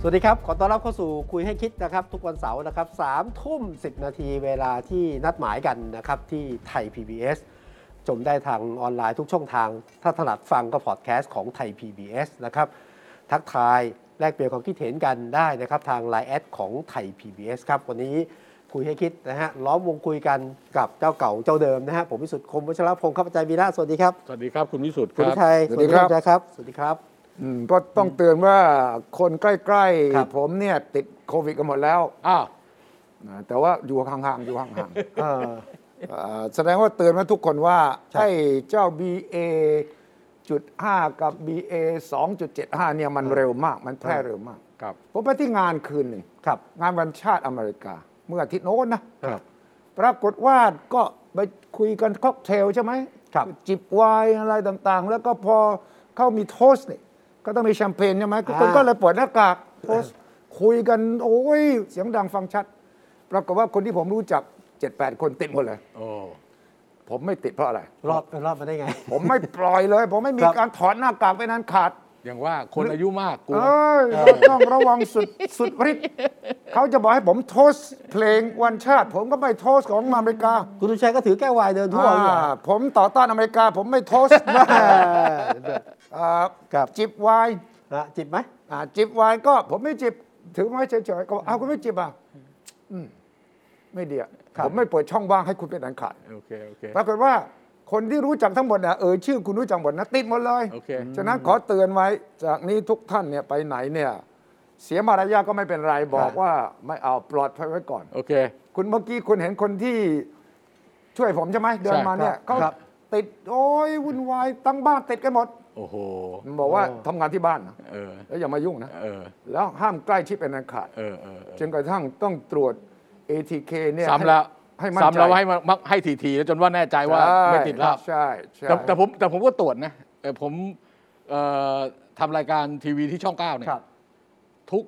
สวัสดีครับ ขอต้อนรับเข้าสู่คุยให้คิดนะครับ ทุกวันเสาร์นะครับสามทุ่มสินาทีเวลาที่นัดหมายกันนะครับ ที่ไทย PBS ชมได้ทางออนไลน์ทุกช่องทาง ถ้าถนัดฟังก็พอดแคสต์ของไทย PBS นะครับ ทักทายแลกเปลี่ยนความคิดเห็นกันได้นะครับ ทางไลน์แอดของไทย PBS ครับ วันนี้คุยให้คิดนะฮะล้อมวงคุยกันกับเจ้าเก่าเจ้าเดิมนะฮะผมวิสุทธิ์คมวัชรพงศ์ครับอาจารย์วีระสวัสดีครับ สวัสดีครับ คุณวิสุทธ์ค คุณ รับ ชัย สวัสดีครับ อาจาย์ครับ สวัสดีครับ อืมก็ต้องเตือนว่าคนใกล้ ครับ ๆ ผมเนี่ยติดโควิดกันหมดแล้ว อ้าว นะแต่ว่าอยู่ห่างๆ อยู่ห่าง เอ่อ ๆ เอ่อแสดงว่าเตือนมาทุกคนว่า ใช่ ไอ้เจ้า BA จุด5กับ BA 2.75เนี่ยมันเร็วมาก มันแพร่เร็วมาก ครับ ผมไปที่งานคืนหนึ่ง ครับ งานวันชาติอเมริกา เมื่ออาทิตย์โน้นนะ ครับ ปรากฏว่าก็ไปคุยกันค็อกเทลใช่ไหม ครับ จิบไวน์อะไรต่างๆ แล้วก็พอเข้ามีโทสต์เนี่ยก็ต้องมีแชมเปญใช่ไหมทุกคน อ่า ก็เลยเปิดหน้ากากโทสต์คุยกัน โอ้ย เสียงดังฟังชัด ปรากฏว่าคนที่ผมรู้จัก 7-8 คนติดหมดเลย โอ้ ผมไม่ติดเพราะอะไร รอดรอดมาได้ไง ผมไม่ปล่อยเลย ผมไม่มี ครับ การถอนหน้ากากไปนั้นขาด อย่างว่าคนอายุมากกู เอ้ยเราต้องระวังสุดสุดฤทธิ์เขาจะบอกให้ผมโทสต์เพลงวันชาติ ผมก็ไม่โทสต์ของอเมริกา คุณลุงชัยก็ถือแก้ววายเดินทั่วอยู่ อ่าผมต่อต้านอเมริกา ผมไม่ โทสต์นะ เออ อ่า ครับ จิบไวน์ นะจิบไหม อ่าจิบไวน์ก็ผมไม่จิบ ถือไม้เฉยๆก็บอกอ้าวคุณไม่จิบอ่ะอืมไม่ดีอ่ะ ครับ ผมไม่เปิดช่องว่างให้คุณเป็นอันขาด โอเค โอเค ปรากฏว่าคนที่รู้จักทั้งหมดน่ะเออชื่อคุณรู้จักหมดนะติดหมดเลย โอเค ฉะนั้นขอเตือนไว้ จากนี้ทุกท่านเนี่ยไปไหนเนี่ย เสียมารยาทก็ไม่เป็นไรบอกว่าไม่เอาปลอดภัยไว้ก่อน โอเค คุณเมื่อกี้คุณเห็นคนที่ช่วยผมใช่ไหมเดินมาเนี่ย ใช่ครับ เขา ครับ ติดโอ้ยวุ่นวายตั้งบ้านติดกันหมด โอ้โห ผมบอกว่าทำงานที่บ้านนะ เออ แล้วอย่ามายุ่งนะ เออ แล้วห้ามใกล้ชิดเป็นอันขาด เออเออเออ จนกระทั่งต้องตรวจ ATK เนี่ย ซ้ำแล้ว ให้ให้มั่นใจ ซ้ำแล้วให้มามักให้ทีทีๆแล้วจนว่าแน่ใจว่า ใช่ ไม่ติดแล้ว ใช่ใช่ แต่แต่ผมแต่ผมก็ตรวจนะเออผมเอ่อทำรายการทีวีที่ช่องเก้าเนี่ย ครับ ทุก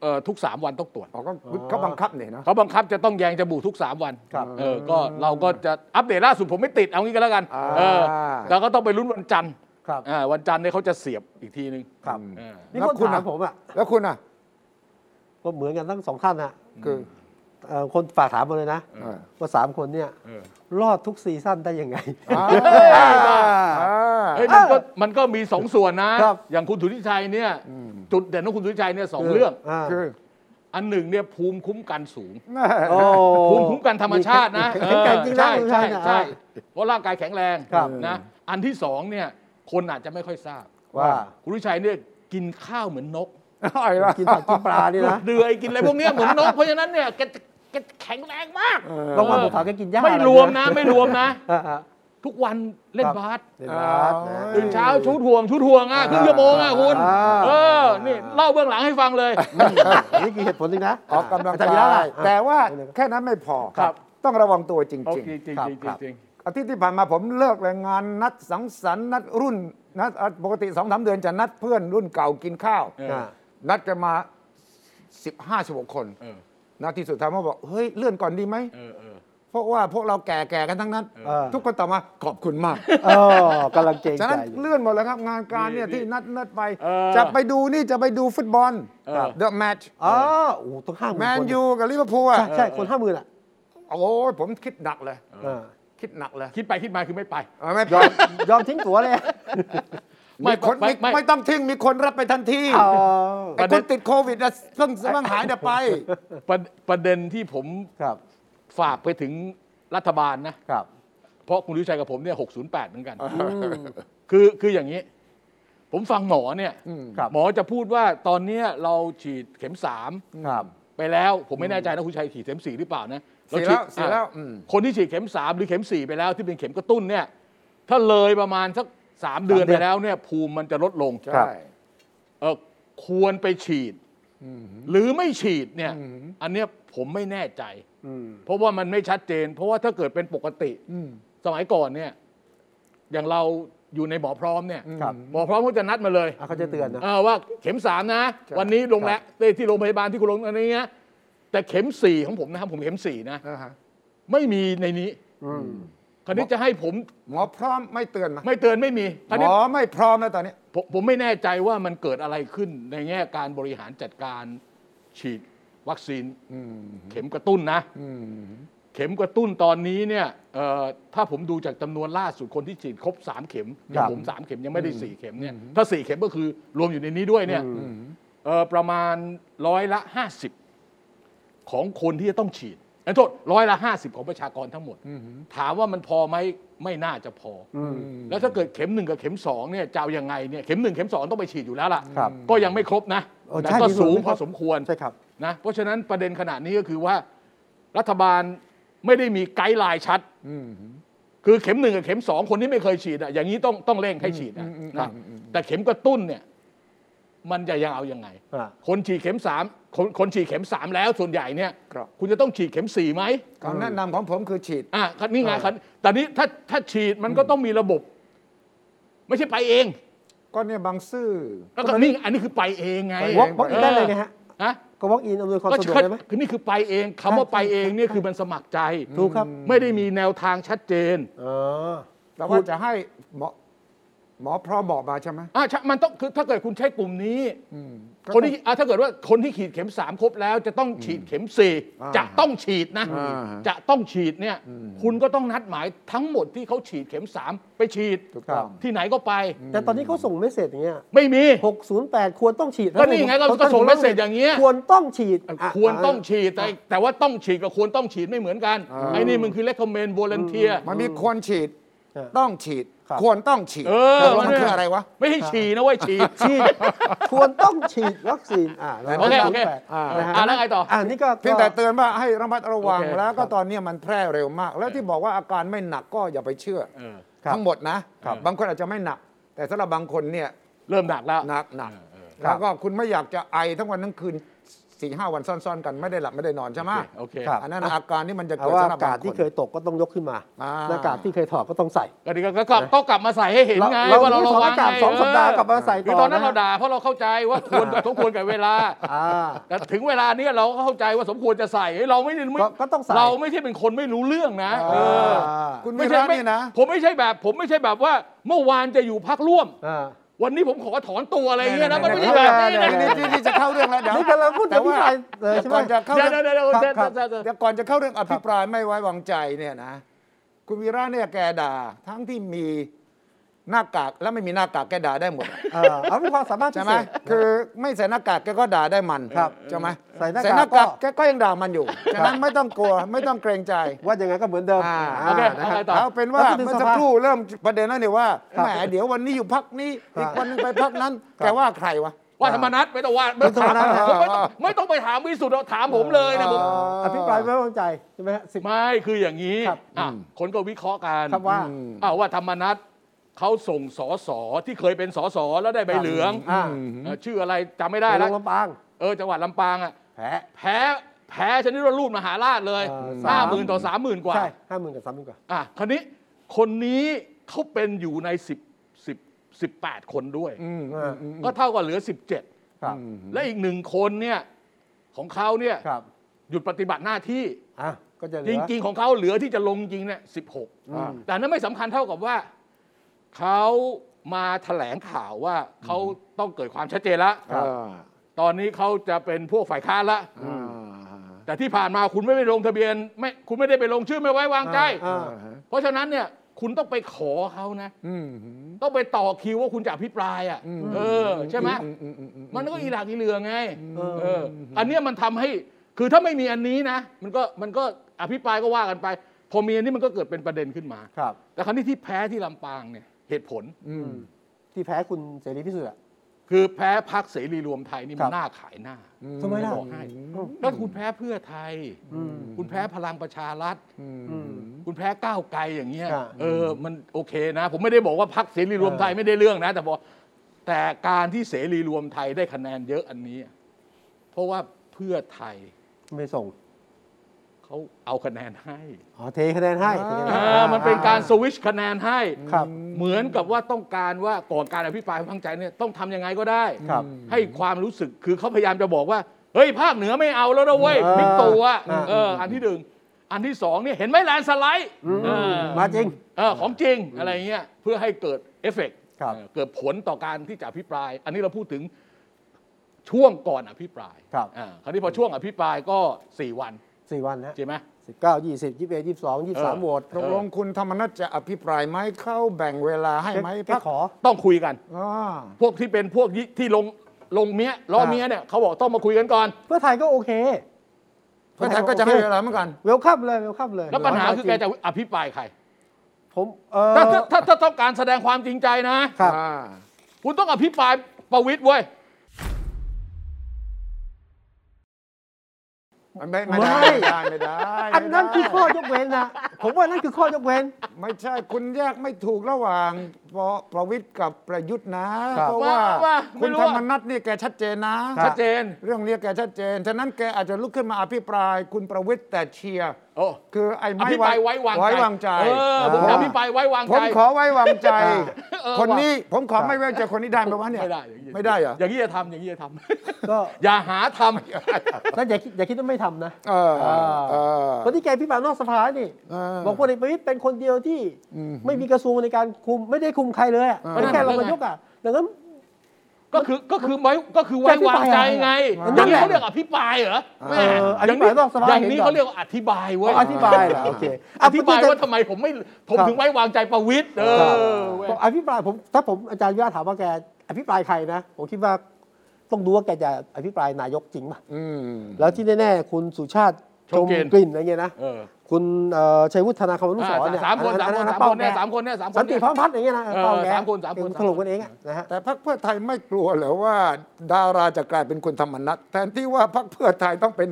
เอ่อทุกสามวันต้องตรวจ อ๋อก็เขาบังคับเนี่ยนะ เขาบังคับจะต้องแยงจมูกทุกสามวัน ครับ เออก็เราก็จะอัปเดตล่าสุดผมไม่ติดเอางี้ก็แล้วกัน อ่า เออแล้วก็ต้องไปลุ้นวันจันทร์ ครับ อ่าวันจันทร์เนี่ยเขาจะเสียบอีกทีนึง ครับ เออ นี่ แล้ว คน คุณ ถาม อะ ผมอ่ะ แล้วคุณอ่ะ ก็เหมือนกันทั้งสองท่านนะ คือ เอ่อคนฝากถามมาเลยนะ เออ ว่าสามคนเนี่ย เออ รอดทุกซีซั่นได้ยังไง อ่าอ่า เฮ้ยมันก็มันก็มีสองส่วนนะ ครับ อย่างคุณสุทธิชัยเนี่ย จุดเด่นของคุณสุทธิชัยเนี่ยสองเรื่อง า คือ อันหนึ่งเนี่ยภูมิคุ้มกันสูง แม่ โอ้ ภูมิคุ้มกันธรรมชาตินะ แข็งแกร่งจริงนะ ใช่ คุณ ใช่ ชายนะ ใช่เพราะร่างกายแข็งแรง ครับ นะอันที่สองเนี่ยคนอาจจะไม่ค่อยทราบ ว่า คุณสุทธิชัยเนี่ยกินข้าวเหมือนนก อร่อยละ กินผักกินปลานี่นะ เดือยกินอะไรพวกเนี้ยเหมือนนก เพราะฉะนั้นเนี่ยแกจะแกจะแข็งแรงมาก บางวันผมถามแกกินหญ้า ไม่ อ รวมนะไม่รวมนะ อ่าอ่า ทุกวันเล่นบาส เดี๋ยวนะ เอา ตื่นเช้าชุดห่วงชุดห่วงอ่ะครึ่งชั่วโมงอ่ะคุณ อ่า เออ นี่เล่าเบื้องหลังให้ฟังเลย นี่คือเหตุผลจริงนะ ออกกำลัง จร กา ย์วิระอะไร ย แต่ แต่ว่าแค่นั้นไม่พอ ครับ ต้องระวังตัวจริง โอเค ๆ จริง ครับ จริง ครับ จริง อาทิตย์ที่ผ่านมาผมเลิกแรงงานนัดสังสรรค์นัดรุ่นนัดอ่ะปกติสองสามเดือนจะนัดเพื่อนรุ่นเก่ากินข้าว เออ อ่า นัดกันมา 15 16 คน เออ นาทีสุดท้ายมาบอกเฮ้ยเลื่อนก่อนดีไหม เออเออ เพราะว่าพวกเราแก่ๆกันทั้งนั้น เออ ทุกคนตอบมาขอบคุณมาก เออกำลังเกรง ฉะ ใจ นั้น อยู่ เลื่อนหมดแล้วครับ งานการเนี่ย ดี ที่นัดนัดไป เออ จะไปดูนี่จะไปดูฟุตบอล เออ The Match อ๋อโอ้โหต้องห้าหมื่น แม คน ยูกับลิเวอร์พูลอ่ะ ใช่ใช่คนห้าหมื่นอ่ะ โอ้ยผมคิดหนักเลย า คิดหนักเลย คิดไปคิดมาคือไม่ไป เอาไม่พ ย อ อมยอมทิ้งตั๋วเลย ไม่ มีคน ไม่ไม่ ไม่ต้องทิ้งมีคนรับไปทันที เอา ไอ้คนติดโควิดนะเพิ่งเพิ่งหายเดี๋ยวไป ประประเด็นที่ผม ครับ ฝากไปถึงรัฐบาลนะ ครับ เพราะคุณลุชัยกับผมเนี่ย608 เหมือนกัน คือคืออย่างนี้ ผมฟังหมอเนี่ย ครับ หมอจะพูดว่าตอนเนี้ยเราฉีดเข็ม 3 ครับ ไปแล้ว ผมไม่แน่ใจนะคุณชัยฉีดเข็ม 4 หรือเปล่านะเรา เสีย ฉี แล้ ด วเสียแล้ว อ่ะ อืม คนที่ฉีดเข็ม 3 หรือเข็ม 4 ไปแล้วที่เป็นเข็มกระตุ้นเนี่ย ถ้าเลยประมาณสัก 3 เดือนไปแล้วเนี่ยภูมิมันจะลดลง ใช่ เออควรไปฉีด อืม หรือไม่ฉีดเนี่ย อืม อันเนี้ยผมไม่แน่ใจ อืม เพราะว่ามันไม่ชัดเจน เพราะว่าถ้าเกิดเป็นปกติ อืม สมัยก่อนเนี่ย อย่างเราอยู่ในหมอพร้อมเนี่ย ครับ หมอพร้อมก็จะนัดมาเลย อ่ะเขาจะเตือนนะ เออว่าเข็มสามนะ วันนี้ลงแล้วที่โรงพยาบาลที่คุณลงอะไรเงี้ยแต่เข็มสี่ของผมนะครับผมเข็มสี่นะ อ่าฮะ ไม่มีในนี้ อืม คราวนี้จะให้ผม หมอพร้อมไม่เตือนนะ ไม่เตือนไม่มีคราว หม นี้ อไม่พร้อมแล้วตอนนี้ ผมผมไม่แน่ใจว่ามันเกิดอะไรขึ้นในแง่การบริหารจัดการฉีดวัคซีน อืม เข็มกระตุ้นนะ อืม เข็มกระตุ้นตอนนี้เนี่ยเอ่อถ้าผมดูจากจำนวนล่าสุดคนที่ฉีดครบ 3 เข็มอย่า ครั ง บ ผม 3 เข็มยังไม่ได้ 4 เข็มเนี่ยถ้า 4 เข็มก็คือรวมอยู่ในนี้ด้วยเนี่ยเอ่อประมาณร้อยละ 50 ของคนที่จะต้องฉีดเอ้ยโทษร้อยละ 50 ของประชากรทั้งหมด ถามว่ามันพอไหมไม่น่าจะพออแล้วถ้าเกิดเข็มหนึ่งกับเข็มสองเนี่ยจะเอายังไงเนี่ยเข็มหนึ่งเข็มสองต้องไปฉีดอยู่แล้วล่ะ ครับ ก็ยังไม่ครบนะ เออ แต่ ใช่ ก็ มีส่วน สูง ไหม พ ครั อบ สมควร ใช่ครับ นะเพราะฉะนั้นประเด็นขณะนี้ก็คือว่ารัฐบาลไม่ได้มีไกด์ไลน์ชัด อืม คือเข็มหนึ่งกับเข็มสองคนที่ไม่เคยฉีดอ่ะอย่างนี้ต้องต้องเร่งให้ฉีดนะ อืมอืม นะ อืมอืม แต่เข็มกระตุ้นเนี่ย มันจะยังเอายังไง อ่า คนฉีดเข็มสามคนคนฉีดเข็มสามแล้วส่วนใหญ่เนี่ย ครับ คุณจะต้องฉีดเข็มสี่ไหม คำแนะนำของผมคือฉีด อ่ะครับนี่ไง อ่า ครับแต่นี้ถ้าถ้าฉีดมันก็ต้องมีระบบ ไม่ใช่ไปเอง ก็เนี่ยบางซื่อ แล้วก็นี่อันนี้คือไปเองไง ไปเ วอกวอกอินได้เลยนะฮะ ฮะ ก็วอกอินอำนวยความ ก็ สะดวกได้ไหม คือนี่คือไปเองคำว่าไปเองเนี่ยคือมันสมัครใจ ถูกครับ ไม่ได้มีแนวทางชัดเจน อ๋อ แต่ว่าจะให้หมอหมอพร้อมบอกมาใช่ไหม อ่ะใช่มันต้องคือถ้าเกิดคุณใช้กลุ่มนี้ อืมก็ คน ต้อง ที่อ่ะถ้าเกิดว่าคนที่ฉีดเข็ม 3 ครบแล้ว จะต้องฉีดเข็มสี่ อ่า จะต้องฉีดนะ อ่า จะต้องฉีดเนี่ย คุณก็ต้องนัดหมายทั้งหมดที่เขาฉีดเข็ม 3 ไปฉีด ถูกต้อง ที่ไหนก็ไป แต่ตอนนี้เขาส่งเมสเซจอย่างเงี้ย ไม่มี 608 ควรต้องฉีดะ ก็นี่ไงก็ ต้อ ก็ส่งเมสเซจอย่างเงี้ย ควรต้องฉีดะ ควรต้องฉีด แต่แต่ว่าต้องฉีดกับควรต้องฉีดไม่เหมือนกัน อ่า ไอ้นี่มันคือ recommend volunteer มันมีควรฉีด อ่ะ ต้องฉีด ครับ ควรต้องฉีด เออ แต่ว่ามันมันเนี่ย คืออะไรวะ ไม่ให้ฉีดนะเว้ยฉีด ฉีด ควรต้องฉีดวัคซีน อ่า โอเคโอเค 608 อ่า นะฮะ อ่าแล้วไงต่ออ่ อ่านี่ก็ เพียงแต่เตือนว่าให้ระมัดระวัง โอเค แล้วก็ตอนนี้มันแพร่เร็วมาก แล้วที่บอกว่าอาการไม่หนักก็อย่าไปเชื่อ เออ ครับ ทั้งหมดนะครับ บางคนอาจจะไม่หนัก แต่สำหรับบางคนเนี่ย เริ่มหนักแล้ว หนักหนัก ครั แล้ บ วก็คุณไม่อยากจะไอทั้งวันทั้งคืนสี่ห้าวันซ่อนๆ กันไม่ได้หลับไม่ได้นอนใช่ไหม โอเค ครับ อันนั้นอาการที่มันจะ เอา เกิด ว่า สำหรั อา บ กา บา ศ ง ที่ ค เคย น ตกก็ต้องยกขึ้นมา อ่า หน้ากากที่เคยถอดก็ต้องใส่ ก็ดีก็ก็ก็ก็กลับมาใส่ให้เห็นไง เรา ว่าเรา เรา ระวัง ถอดหน้ากาก ไ สองสัปดาห์กลับมาใส่ คือ ต่ ต อ อนนั้น นะ เราด่าเพราะเราเข้าใจว่าควร สมควรกับเวลา อ่า แต่ถึงเวลานี้เราก็เข้าใจว่าสมควรจะใส่เฮ้ยเราไม่ได้ไม่ ก็ก็ต้องใส่ เราไม่ใช่เป็นคนไม่รู้เรื่องนะเออ คุณ ไม่ วิ ใช่ ระ ไม่ นี่นะ ผมไม่ใช่แบบ ผมไม่ใช่แบบว่าเมื่อวานจะอยู่พักร่วม อ่า วันนี้ผมขอถอนตัวอะไรเงี้ยนะ ไหนๆๆ มันไม่ใช่แบบนี้ ไห นะ ๆ นี่นี่นี่จะเข้าเรื่องแล้วเดี๋ยว นี่กำลังพูด แต่ อธิ ว่า บายเลยใช่ไหม ก่อนจะเข้า เดี๋ย เรื่ ว อง เดี๋ยวเดี๋ยว ครับครับเดี๋ยวเดี๋ยวเดี๋ยว เดี๋ยวก่อนจะเข้าเรื่องอภิปรายไม่ไว้วางใจเนี่ยนะ คุณวีระเนี่ยแกด่าทั้งที่มีหน้ากากและไม่มีหน้ากากแกด่าได้หมดอะ อ่าเอาเป็นความสามารถพิ ใช่ไห เศ ม ษ คือไม่ใส่หน้ากากแกก็ด่าได้มัน ครับ ใช่ไหม ใส่หน้ากากก็ แกก็ยังด่ามันอยู่ฉะนั้นไม่ต้องกลัวไม่ต้องเกรงใจ ว่ายังไงก็เหมือนเดิม อ่า า โอเค นะฮะ เอาไปต่ เอาเป็นว่า แล้วคุณ เมื่อ ส สัก ภา ครู่เริ่มประเด็นแล้วเนี่ยว่า ครับ แหมเดี๋ยววันนี้อยู่พักนี้ ครับ อีกวันหนึงไปพักนั้น ครับ แกว่าใครวะ ว่าธรรมนัตไม่ต้องว่าไม่ต้องถามผมไม่ต้องไม่ต้องไปถามวิสุทธิ์หรอกถามผมเลยนะผม อภิปรายไม่ไว้วางใจใช่ไหมฮะสิบ ไม่คืออย่างนี้ ครับ อ่ะคนก็วิเคราะห์กัน ครับว่าอืม อ้าวว่าธรรมนัตเขาส่งสอสอที่เคยเป็นสอสอแล้วได้ใบเหลือง อ่า เอ่อชื่ออะไรจำไม่ได้ ล แล้ว งลำปาง เออจังหวัดลำปางอ่ะ แพ้ แพ้แพ้ชนิดว่ารูดมหาราชเลย เออ ห้า สาม หมื่นต่อสามหมื่นกว่า ใช่ห้าหมื่นกับสามหมื่นกว่า อ่ะคราวนี้คนนี้เขาเป็นอยู่ในสิบสิบสิบแปดคนด้วย อืมอืม ก็เท่ากับเหลือสิบเจ็ด ครับ และอีกหนึ่งคนเนี่ยของเขาเนี่ย ครับ หยุดปฏิบัติหน้าที่ อ่ะก็จะเหลื จ อ ริง ๆ ของเขาเหลือที่จะลงจริงเนี่ยสิบหก อืม แต่นั้นไม่สำคัญเท่ากับว่า เขามาแถลงข่าวว่าเขาต้องเกิดความชัดเจนละ ครับ ตอนนี้เขาจะเป็นพวกฝ่ายค้านละ อ่า แต่ที่ผ่านมาคุณไม่ไปลงทะเบียนไม่คุณไม่ได้ไปลงชื่อไม่ไว้วางใจ อ่า อ่า เพราะฉะนั้นเนี่ยคุณต้องไปขอเขานะ อืม ต้องไปต่อคิวว่าคุณจะอภิปรายอ่ะเออใช่ไหม อืมอืมอืมอืม มันก็อีหลักอีเหลือไง เออ เอออันเนี้ยมันทำให้คือถ้าไม่มีอันนี้นะ มันก็มันก็อภิปรายก็ว่ากันไป พอมีอันนี้มันก็เกิดเป็นประเด็นขึ้นมา ครับ แต่ครั้งนี้ที่แพ้ที่ลำปางเนี่ยเหตุผล อืมที่แพ้คุณเสรีพิสุทธิ์อะ คือแพ้พักเสรีรวมไทยนี่ ครั มัน บ หน้าขายหน้า ทำไมล่ะ บอกให้ถ้าคุณแพ้เพื่อไทย อืม คุณแพ้พลังประชารัฐ อืม คุณแพ้ก้าวไกลอย่างเงี้ย อ่า เออมันโอเคนะ ผมไม่ได้บอกว่าพักเสรีรวมไทย เออ ไม่ได้เรื่องนะ แต่บอกแต่การที่เสรีรวมไทยได้คะแนนเยอะอันนี้ เพราะว่าเพื่อไทย ไม่ส่ง เขาเอาคะแนนให้ อ๋อเทคะแนนให้เทคะแนน อ่า ให้ มันเป็นการสวิชคะแนนให้ ครับ เหมือนกับว่าต้องการว่าก่อนการอภิปรายไม่ไว้วางใจเนี่ยต้องทำยังไงก็ได้ ครับ ให้ความรู้สึกคือเขาพยายามจะบอกว่า เฮ้ยภาคเหนือไม่เอาแล้วนะเว้ย เออ บิ๊กตู่อะ อ่า เออ อันที่หนึ่งอันที่สองเนี่ยเห็นไหมแลนด์สไลด์ อืม เออ มาจริง เออของจริงอะไรเงี้ยเพื่อให้เกิดเอฟเฟกต์ ครับ เออเกิดผลต่อการที่จะอภิปราย อันนี้เราพูดถึงช่วงก่อนอภิปราย ครับ อ่าคราวนี้พอช่วงอภิปรายก็ 4 วัน สี่วันนะ ใช่ไหม สิบเก้ายี่สิบยี่สิบเอ็ดยี่สิบสองยี่สิบสาม เออ โหวต ตกลงคุณธรรมนัฐจะอภิปรายไหมเขาแบ่งเวลาให้ไหม แก พัก ขอ ต้องคุยกัน อ่า พวกที่เป็นพวกที่ลงลงเมียล้อเมียเนี่ยเขาบอกต้องมาคุยกันก่อน เพื่อไทยก็โอเค เพื่อไทยก็จะให้เวลาเหมือนกัน เวลคัมเลยเวลคัมเลย แล้วปัญหาคือแกจะอภิปรายใคร ผมเออ ถ้าถ้าถ้าถ้าต้องการแสดงความจริงใจนะ ครับ อ่า คุณต้องอภิปรายประวิตยเว้ย มันไม่ไม่ได้ ไม่ ไม่ได้ไม่ได้ อันนั้น ไม่ได้ คือข้อยกเว้นนะผมว่านั่นคือข้อยกเว้น ไม่ใช่คุณแยกไม่ถูกระหว่างปประวิทย์กับประยุทธ์นะ ครับ เพราะว่า ว่าว่าไม่ คุณ รู้ ธร ว่า รมนัฐนี่แกชัดเจนนะ ครับ ชัดเจน เรื่องเนี้ยแกชัดเจน ฉะนั้นแกอาจจะลุกขึ้นมาอภิปรายคุณประวิทย์แต่เชียร์ โอ้ คือไอ้ อ ไม่ ภิปรายไว้วางใจ ไว้วางใจ เออผมจะอภิปรายไว้วาง ผ ใจ มขอไว้วางใจ เออ คนนี้ผมขอไม่ไว้วางใจคนนี้ได้ไหมวะเนี่ย ไม่ได้อย่างนี้ ไม่ได้เหรอ อย่างนี้จะทำอย่าง นี้จะทำ ก็ อย่าหาท นั่นอย่าคิดอย่าคิดว่าไม่ทำนะ เออเออ คนที่แกพิพากษานอกสภานี่ เออ บอกพลเอกประวิตยเป็นคนเดียวที่ไม่มีกระทรวงในการคุมไม่ได้คุมใครเลยอะ เออ เป็นแค่รองนายกอ่ะดังนั้น ำก็คือก็คือไว้ก็คือไว้วางใจไงอ จะ ย่า อง ภิปรายอะไร นี้เขาเรียกอภิปราเอยเหรอแม่ออ อ ภิ ย่าง ปราย นี้ นอกสภา อย่างนี้ เห็นก่อน เขาเรียกว่าอธิบายเว้ย อธิบายเหรอโอเค อธิบายว่าทำไมผมไม่ผมถึงไว้วางใจประวิตยเออเว้ย ผมอภิปรายผมถ้าผมอาจารย์วิทยาถามว่าแกอภิปรายใครนะผมคิดว่าต้องดูว่าแกจะอภิปรายนายกจริงป่ะ อืม แล้วที่แน่ๆคุณสุชาติ ชมกลิ่น กลิ่นอะไรเงี้ยนะ เออ คุณเอ่อชัยวุฒนาคำนุสรณ์เนี่ย สามคนสามคน อั สามคนเนี่ยสามคนเนี่ยสามคน สันติ เนี่ย พร้อมพัฒน์อย่างเงี้ยนะ เออ เป้าแก สามคนสามคน ถล่มกันเองอะนะฮะ แต่พรรคเพื่อไทยไม่กลัวเหรอว่า ดาราจะกลายเป็นคุณธรรมนัฐแทนที่ว่าพรรคเพื่อไทยต้องเป็น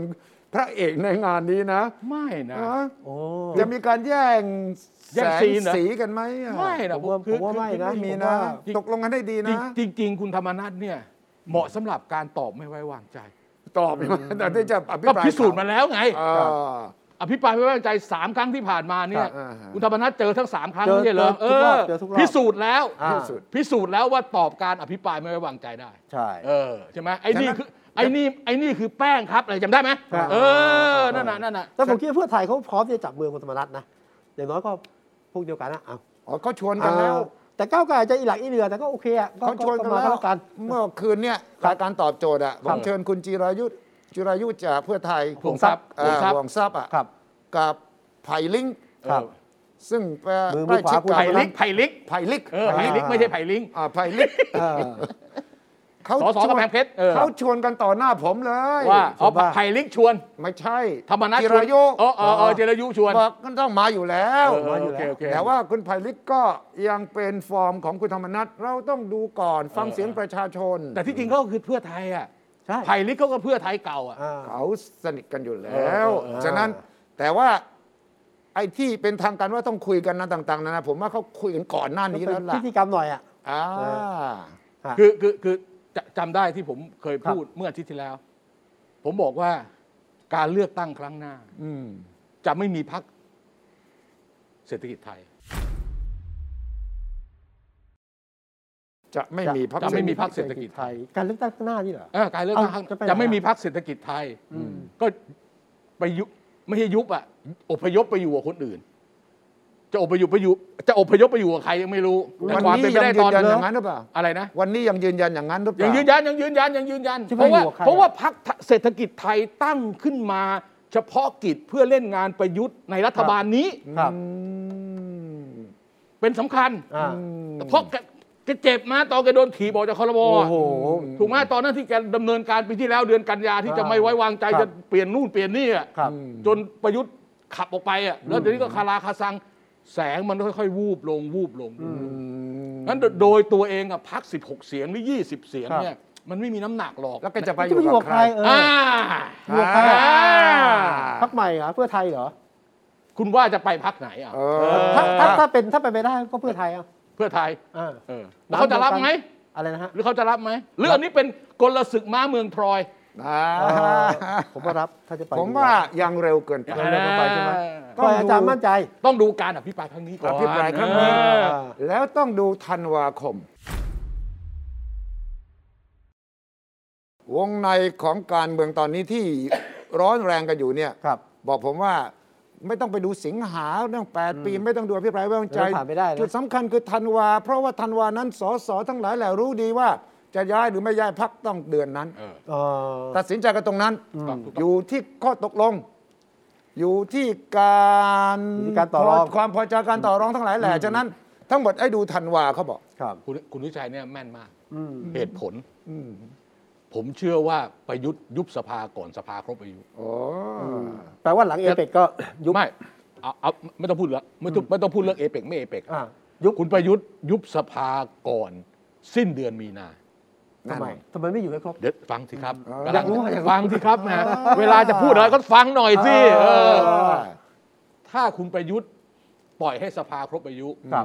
พระเอกในงานนี้นะ ไม่นะ นะ โอ้ จะมีการแย่ง แย่ง แส ซี ง นเหรอ สีกันไหมอะ ไม่นะ ผมว่าผมว่าไม่นะ ไม่มี ผม นะ ว่า ตกลงกันได้ดีนะ จริงจริง ๆ คุณธรรมนัฐเนี่ย เหมาะสำหรับการตอบไม่ไว้วางใจ ตอบแต่ที่จะอภิ ก็ ปราย พิสูจน์มาแล้วไง อ่า อภิปรายไม่ไว้วางใจสามครั้งที่ผ่านมาเนี่ ครั ย บ อ่าฮะ คุณธรรมนัฐเจอทั้งสามครั้ง เจอ ไม่ใช่เหรอ เจอทุกรอบ เ เจอทุกรอบ พิสูจน์แล้ว อ่า ที่สุด พิสูจน์แล้วว่าตอบการอภิปรายไม่ไว้วางใจได้ ใช่ เออใช่ไหมไอ้นี่ ใช่ไหม คือไอ้นี่ไอ้นี่คือแป้งครับอะไรจำได้ไหม ครับ เออนั่นน่ะนั่นน่ะ แต่ผมคิดว่าเพื่อไทยเขาพร้อมที่จะจับมือคุณธรรมนัฐนะอย่างน้อยก็พวกเดียวกันนะเอา อ๋อเขาชวนกันแล้ว เออแต่ก้าวไกลจะอีหลักอีเหลือแต่ก็โอเคอ่ะก็ เขาชวนกัน มาก็แล้ว แล้วกัน เมื่อคืนเนี่ยรายการตอบโจทย์อะผ ครั ม บ เชิญคุณจิรายุทธจิรายุทธจากเพื่อไทย ห่วงทรัพย์ เอ่อ ห่วงทรัพย์ ห่วงทรัพย์อะ ครับ กับไผ่ลิง ครับ เออ ซึ่งเอ่อ มือ ใกล้ชิด มือขวาคุณ กับ ไผ่ลิกไผ่ลิก ไผ่ลิก เออไผ่ลิกไม่ใช่ไผ่ลิง อ่าไผ่ลิก เออ เขา สอสอ ชว กำแพ น งเพชรเออ เขาชวนกันต่อหน้าผมเลย ว่าอ๋อ ว่า ไผ่ลิกชวน ไม่ใช่ ธรรมนัฐ จิ ชวน รายุ อ๋ออ๋ออ๋อเจรยุชวน บอกก็ต้องมาอยู่แล้ว เออโอเคโอเค แต่ว่าคุณไผ่ลิกก็ยังเป็นฟอร์มของคุณธรรมนัฐเราต้องดูก่อนฟังเสียงประชาชน แต่ที่จริงเขาก็คือเพื่อไทยอ่ะ ใช่ ไผ่ลิกเขาก็เพื่อไทยเก่าอ่ะ อ่า เขาสนิทกันอยู่แล้ว เออเออ ฉะนั้นแต่ว่าไอ้ที่เป็นทางการว่าต้องคุยกันนะต่าง ๆนานาผมว่าเขาคุยกันก่อนหน้านี้แล้วล่ะ พิธีกรรมหน่อยอ่ะ อ่า อ่ะ คือคือคือจะจำได้ที่ผมเคย ครับ พูดเมื่ออาทิตย์ที่แล้ว ผมบอกว่าการเลือกตั้งครั้งหน้า อืม จะไม่มีพักเศรษฐกิจไทย จะไม่มีพรรค จะไม่มีพรรค เศษฐกิจ ไทย การเลือกตั้งข้างหน้านี่เหรอ เออการเลือกตั้งครั้ง เอ้าจะไปไหน จะไม่มีพักเศรษฐกิจไทย ก็ไปยุบไม่ใช่ยุบอ่ะอพยพไปอยู่กับคนอื่น จะอพยพไปอยู่ จะอพยพไปอยู่กับใครยังไม่รู้แต่ วัน ความ นี้ เป็นไป ยัง ได้ ยื ตอน นยัน น อ นะ ย่างนั้นหรือเปล่า อะไรนะ วันนี้ยังยืนยันอย่างนั้นหรือเป ยั ล่าง ย ยืนยันยังยืนยันยังยืนยัน ที่ไม่ เพราะว่า อยู่กับใคร เพราะว่า อะ พักเศรษฐกิจไทยตั้งขึ้นมา เฉพาะกิจเพื่อเล่นงานประยุทธ์ในรัฐบาลนี้ ครับ อืม เป็นสำคัญ อ่า เพราะแกแกเจ็บมาตอนแกโดนถีบออกจากคอรมอ โอ้ อะ โห ถูกไหมตอนนั้นที่แกดำเนินการปีที่แล้วเดือนกันยาที่จะไม่ไว้วางใจ ครับ จะเปลี่ยนนู่นเปลี่ยนนี่อะ ครับ จนประยุทธ์ขับออกไปอะแล้วเดี๋ยวนี้ก็คาราคาซังแสงมันค่อยๆ วูบลงวูบลงนั้นโดยตัวเองอะพัก 16 เสียงหรือ 20 เสียงเนี่ยมันไม่มีน้ำหนักหรอก แล้วก็จะไปอ จะ ยู่ ไปอยู่ กั กั บบใค ใค ร รเออ อ่า อยู่กับใคร อ่า พักใหม่เหรอเพื่อไทยเหรอ คุณว่าจะไปพักไหนอ่ะ เออ ถ้าถ้าถ้าเป็นถ้าเป็นไปได้ก็เพื่อไทยเอา เพื่อไทย อ่า เออแล้วเขาจะรับไหม อะไรนะฮะ หรือเขาจะรับไหมหรืออันนี้เป็นกลศึกม้าเมืองพลอย อ่า เอ่อผมว่ารับถ้าจะไป ผมว่ายังเร็วเกินไป เราเดินเข้าไปใช่ไหม ต้ ก็ องอาดูจารย์มั่นใจ ต้องดูการอภิปรายครั้งนี้ก่อน อภิปรายครั้งนี้ เออ แล้วต้องดูธันวาคม วงในของการเมืองตอนนี้ที่ ร้อนแรงกันอยู่เนี่ย ครับ บอกผมว่าไม่ต้องไปดูสิงหาเรื่อง 8 ปี ไม่ต้องดูอภิปรายไว้วางใจ เรื่องผ่านไม่ได้นะ จุดสำคัญคือธันวา เพราะว่าธันวานั้นสสทั้งหลายแหละรู้ดีว่า จะย้ายหรือไม่ย้ายพักต้องเดือนนั้น เออ เอ่อ ตัดสินใจกันตรงนั้น ครับถูกต้อง อยู่ที่ข้อตกลง อยู่ที่การ อยู่ที่การต่อรอง พความพอใจการต่อรองทั้งหลายแหละฉะนั้น ทั้งหมดไอ้ดูธันวาเขาบอก ครับ คุณคุณวิชัยเนี่ยแม่นมาก อืม เหตุผล ผมเชื่อว่าประยุทธ์ยุบสภาก่อนสภาครบอายุ แปลว่าหลังเอเปกก็ยุบ ไม่เอาเอาไม่ต้องพูดแล้วไม่ต้องไม่ต้องพูดเรื่องเอเปกไม่เอเปก อ่ะยุบ คุณประยุทธ์ยุบสภาก่อนสิ้นเดือนมีนา ทำไมทำไมไม่อยู่ให้ครบ เดี๋ยวฟังสิครับ เออกำอลั ยากรู้อยากรู้ ฟังสิครับแหมเวลาจะพูดอะไรก็ฟังหน่อยสิ เอ เอ อ อ ถ้าคุณประยุทธ์ปล่อยให้สภาครบอายุ ครับ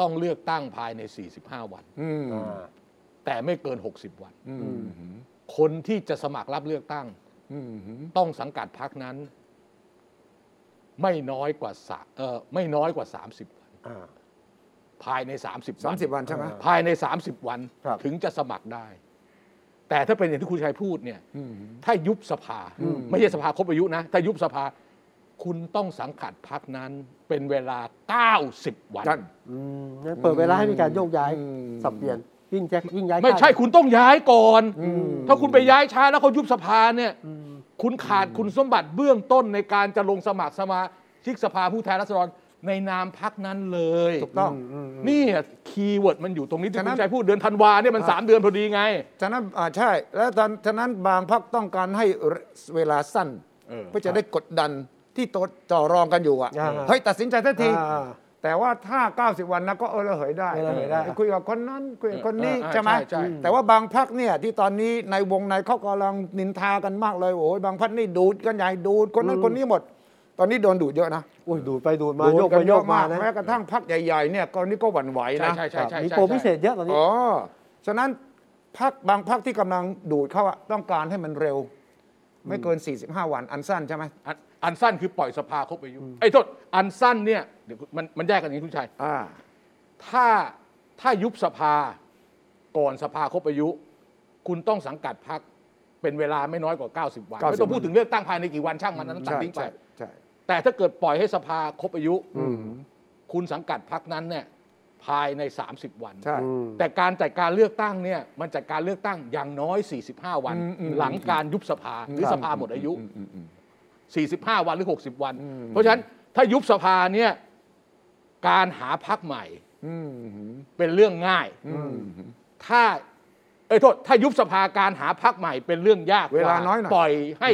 ต้องเลือกตั้งภายใน 45 วัน อืม อ่า แต่ไม่เกิน 60 วัน อืม คนที่จะสมัครรับเลือกตั้ง อืม ต้องสังกัดพักนั้น ไม่น้อยกว่าสาเออไม่น้อยกว่า 30 วัน อ่า ภายใน 30 สามสิบวันใช่ไหม ภายใน 30 วัน ครับ ถึงจะสมัครได้ แต่ถ้าเป็นอย่างที่คุณชัยพูดเนี่ย อืม ถ้ายุบสภา ไม่ใช่สภาครบอายุนะ ถ้ายุบสภา คุณต้องสังกัดพักนั้นเป็นเวลา 90 วัน นั่น อืมงั้นเปิดเวลาให้มีการโยกย้าย อืม สับเปลี่ยนยิ่งแจ็คยิ่งย้าย ไม่ใช่ ค่าย คุณต้องย้ายก่อน อืม ถ้าคุณไปย้ายช้าแล้วเขายุบสภาเนี่ย อืม คุณขาดคุณสมบัติเบื้องต้นในการจะลงสมัครสมาชิกสภาผู้แทนราษฎรในนามพักนั้นเลย ถูกต้อง อืมอืม นี่คีย์เวิร์ดมันอยู่ตรงนี้ที่ ฉะคุนั้น ณชัยพูดเดือนธันวาเนี่ยมัน 3 เดือนพอดีไง ฉะนั้นอ่าใช่ แล้วตอนฉะนั้นบางพักต้องการให้เวลาสั้น เออ เพื่อจะได้กดดันที่โตต่อรองกันอยู่อ่ะ า เฮ้ยตัดสินใจทันที อ่า แต่ว่าถ้า 90 วันนะก็เออระเหยได้ เออระเหยได้ ปคุยกับคนนั้นคุยกับคนนี้ เออเออ ใช่ไหม ใช่ใช่ แต่ว่าบางพักเนี่ยที่ตอนนี้ในวงในเขากำลังนินทากันมากเลยโอ้ยบางพักนี่ดูดกันใหญ่ดูดคนนั้นคนนี้หมด ตอนนี้โดนดูดเยอะนะ โอ้ยดูดไปดูดมา ดู โย ด กไปโยกมานะ แม้กระทั่งพักใหญ่ๆเนี่ยตอนนี้ก็หวั่นไหว ใช่ นะ ใช่ใช่ใช่ มี ใช่ โปรพิเศษเยอะตอนนี้ อ๋อฉะนั้นพักบางพักที่กำลังดูดเขาอะต้องการให้มันเร็ว ไม่เกิน 45 วันอันสั้นใช่ไหม อันอันสั้นคือปล่อยสภาครบอายุไอ้ยโทษอันสั้นเนี่ยเดี๋ยวมันมันแยกกันอย่างนี้คุณชัย อ่า ถ้าถ้ายุบสภาก่อนสภาครบอายุ คุณต้องสังกัดพักเป็นเวลาไม่น้อยกว่า 90 วัน 90 ไม่ต้องพูดถึงเลือกตั้งภายในกี่วันช่างมันนั้นตัด ใช่ ทิ้งไป ใช่ใช่ แต่ถ้าเกิดปล่อยให้สภาครบอายุ คุณสังกัดพักนั้นเนี่ยภายใน 30 วัน ใช่ อืม แต่การจัดการเลือกตั้งเนี่ยมันจัดการเลือกตั้งอย่างน้อย 45 วัน อืมอืม หลังการยุบสภาหรือสภาหมดอายุ 45 วันหรือ 60 วัน เพราะฉะนั้นถ้ายุบสภาเนี่ยการหาพักใหม่ อืม เป็นเรื่องง่าย อืม ถ้า เอ้ยโทษ ถ้ายุบสภาการหาพักใหม่เป็นเรื่องยาก เวลา ว่ น้อยหน่อย ปล่อยให้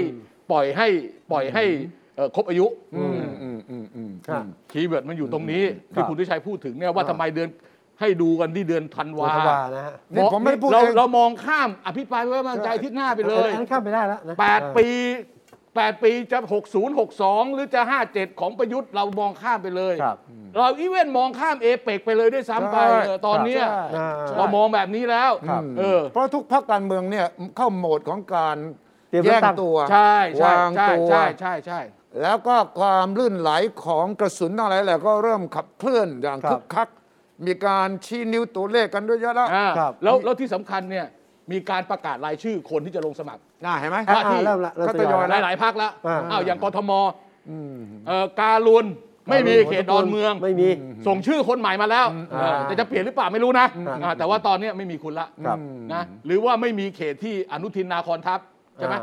ปล่อยให้ปล่อยให้เอ่อครบอายุ อืมอืมอืมอืม ค่ะ คีย์เวิร์ดมันอยู่ตรงนี้ที่ ครับ คุณทิชัยพูดถึงเนี่ยว่าทำไมเดือนให้ดูกันที่เดือนธันวา รัฐบาลนะฮะ นี่ผมไม่ได้พูด เรา เอง เรามองข้ามอภิปรายไว้วางใจอาที่หน้าไปเลย อันนั้นข้ามไปได้แล้วนะ 8 ปี 8 ปีจะ 60 62 หรือจะ 57 ของประยุทธ์เรามองข้ามไปเลย ครับ เราอีเวนต์มองข้ามเอเปกไปเลยด้วยซ้ำไปเออตอนเนี้ย ใช่ อ่า เรามองแบบนี้แล้ว ครับ เออ เพราะทุกพรรคการเมืองเนี่ยเข้าโหมดของการ เตรียมเลื แย่ อก ง ตั้ง ตัว ใช่ใช่ วาง ใช่ ตัว ใช่ใช่ใช่ แล้วก็ความลื่นไหลของกระสุนอะไรแหละก็เริ่มขับเคลื่อนอย่าง ครับ คึกคัก มีการชี้นิ้วตัวเลขกันด้วยเยอะแล้ว อ่า ครับ แล้วแล้วที่สำคัญเนี่ยมีการประกาศรายชื่อคนที่จะลงสมัคร น่าเห็นไหม อ่า ที่ อ่าเริ่มละเริ่ม ก็ ท ท ย ย อ อย ย ห ละ ละ ลาย ๆพักแล้ว อ่า อ้าวอย่างกทมเอ่อการุนไม่มีเขตดอนเมือง ไม่มี ส่งชื่อคนใหม่มาแล้ว อ่า เออแต่จะเปลี่ยนหรือเปล่าไม่รู้นะ อ่า อ่าแต่ว่าตอนเนี้ยไม่มีคุณละ ครับ นะหรือว่าไม่มีเขตที่อนุทินนาคอนทัพใช่ไหม อ่า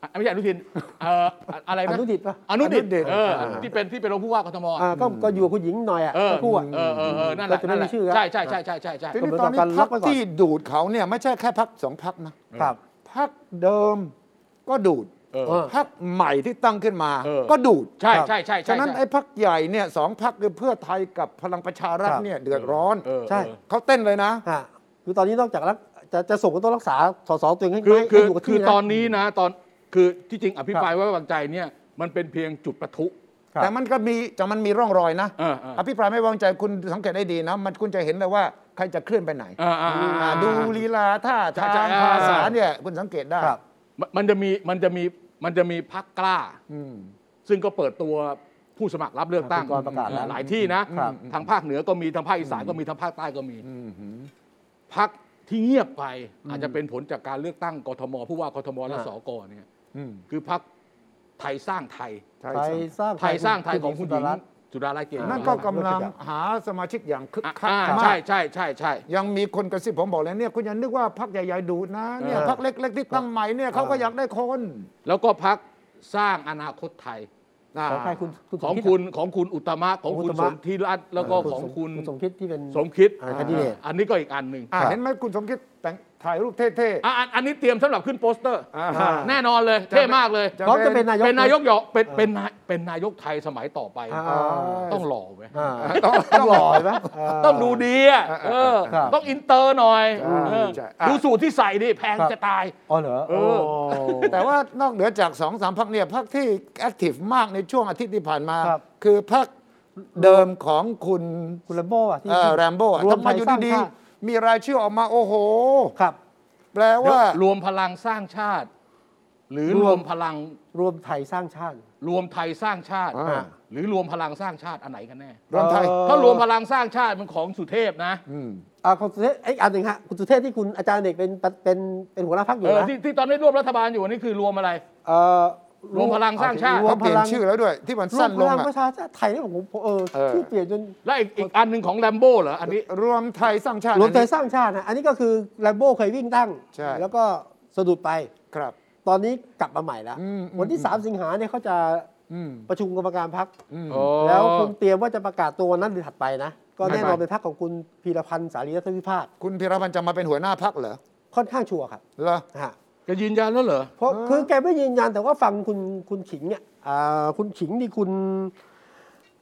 อ่ะไม่ใช่อนุทินเอ่ออะอะไร อ นะ นุดิตป่ะ อนุดิต อนุดิษฐ์ เอออา ที่เป็นที่เป็นรองผู้ว่ากทม อ่าก็ก็อยู่กับคุณหญิงหน่อยอ่ะ เออ ทั้งคู่อ่ะ เออเออเออนั่นแห ก็ ละ จะไม่ นั่นแห มี ละ ชื่อละ ใช่ใช่ใช่ใช่ใช่ใช่ ทีนี้ตอนนี้พรรคที่ดูดเขาเนี่ยไม่ใช่แค่พรรคสองพรรคนะครับ พรรคเดิมก็ดูด เออ เออ พรรคใหม่ที่ตั้งขึ้นมา เออ ก็ดูด ใช่ใช่ใช่ใช่ ฉะนั้นไอ้พักใหญ่เนี่ยสองพักคือเพื่อไทยกับพลังประชารัฐ ครับ เนี่ยเดือดร้อน เออ ใช่ เออ เขาเต้นเลยนะ ฮะคือตอนนี้นอกจากรักจะจะส่งคนต้องรักษาสสตัวเองให้ คือ ให้ คือ อยู่กับ คื ที่ อ นะ ตอนนี้นะตอนคือที่จริงอภิปรายไว้วางใจเนี่ยมันเป็นเพียงจุดประทุ ครับ แต่มันก็มีแต่มันมีร่องรอยนะ เออเอออ ภิปรายไม่วางใจคุณสังเกตได้ดีนะ มันคุณจะเห็นเลยว่าใครจะเคลื่อนไปไหน อ่าอ่าอ่า อ่าดูลีลาท่าทา ใช่ ง ใช่ ภาษาเนี่ยคุณสังเกตได้ ครับ มันมันจะมีมันจะมีมันจะมีพักกล้า อืม ซึ่งก็เปิดตัวผู้สมัครรับเลือกตั้ง ก่อนประกาศแล้ว หลายที่นะครับ ทางภาคเหนือก็มีทางภาคอีสานก็มีทางภาคใต้ก็มี อืมหืม พักที่เงียบไป อาจจะเป็นผลจากการเลือกตั้งกทมผู้ว่ากทมและ ฮะ สกเนี่ย อืม คือพักไทยสร้างไทย ใช่ ไทยสร้าง ไทยสร้างไทยของคุณหญิสุงดารัตน์ จุฬาลัยเกษ นั่นก็กำลังหาสมาชิกอย่างคึก อ่ะ คัก อ่าม าก ใช่ใช่ใช่ใช่ ยังมีคนกระซิบผมบอกเลยเนี่ยคุณอย่านึกว่าพักใหญ่ๆดูดนะเนี่ย เออ พักเล็กๆที่ตั้งใหม่เนี่ยเขาก็อยากได้คน แล้วก็พักสร้างอนาคตไทย นะ ของใครคุณคุณ ของ สมด คุณของคุณอุตตมะของคุณ อุต ส มะ นธิรัตน์แล้วก็ เ ของคุณ สมคิดที่เป็น สมคิด อ่า candidate อันนี้ก็อีกอันหนึ่ง อ่ะ ครับ เห็นไหมคุณสมคิดแต่งถ่ายรูปเท่ อ่ะอันอันนี้เตรียมสำหรับขึ้นโปสเตอร์ ๆอ่า แน่นอนเลยเท่มากเลย จะ พร้อมจะเป็นนายก เป็นนายกเหยอกเป็นเป็นนายเป็นนายกไทยสมัยต่อไป อ่า ต้องหล่อเว้ย อ่าต้องต้องหล่อใช่ไหมเ ต้องดูดีอ่ะเออ ครับ ต้องอินเตอร์หน่อยเออ ใช่อ่ะ ดูสูตรที่ใส่ดิแพงจะตาย อ๋อเหรอ เออ โ แต่ ว่านอกเหนือจากสองสามพักเนี่ยพักที่แอคทีฟมากในช่วงอาทิตย์ที่ผ่านมา ครับ คือพักเดิมของคุณ คุณแรมโบ้อะที่ เอ่อแรมโบ้ รว ทำไม ท อยู่ สร้าง ดี ชาติ ๆมีรายชื่อออกมาโอ้โห ครับ แปลว่า รวมพลังสร้างชาติ หรือร รว ว ม มพลัง รวมไทยสร้างชาติ รวมไทยสร้างชาติ อ่า หรือรวมพลังสร้างชาติอันไหนกันแน่ รวมไทย เออ ถ้ารวมพลังสร้างชาติมันของสุเทพนะ อ่าคุณสุเทพไอ้ยอันหนึ่งฮะคุณสุเทพที่คุณอาจารย์เด็กเป็นเป็นเป็นหัวหน้าพักอ เอยู่ อ นะ ที่ที่ตอนนี้ร่วมรัฐบาลอยู่อันนี้คือรวมอะไร เอ่อ รวมพลังสร้างชาติ รว เขา มพเปลี่ยน ลัง ชื่อแล้วด้วย ที่มัน รว สั้ ม น พ ลง ลัง อะ ประชาชาติไทยนี่ผมเออ เออ ชื่อเปลี่ยนจน และอีกอีกอันหนึ่งของแรมโบ้เหรออันนี้ รวมไทยสร้างชาติ รวมไทย อันนี้ สร้างชาตินะอันนี้ก็คือแลมโบ้เคยวิ่งตั้ง ใช่ แล้วก็สะดุดไป ครับ ตอนนี้กลับมาใหม่แล้ว อืมอืม วันที่ 3 สิงหาเนี่ยเขาจะ อืม ประชุมกรรมการพัก อืม แล้วคงเตรียมว่าจะประกาศตัววันนั้นหรือถัดไปนะ ก็แน่นอน ไม่ไม่ เป็นพักของคุณพีรพันธ์สารีรัตนวิภาค คุณพิรพันธ์จะมาเป็นหัวหน้าพักเหรอ ค่อนข้างชัวร์ครับ เหรอ ฮะ จะยืนยันแล้วเหรอ เพราะ เออ คือแกไม่ยืนยันแต่ว่าฟังคุณคุณขิงเนี่ยอ่าคุณขิงนี่คุณ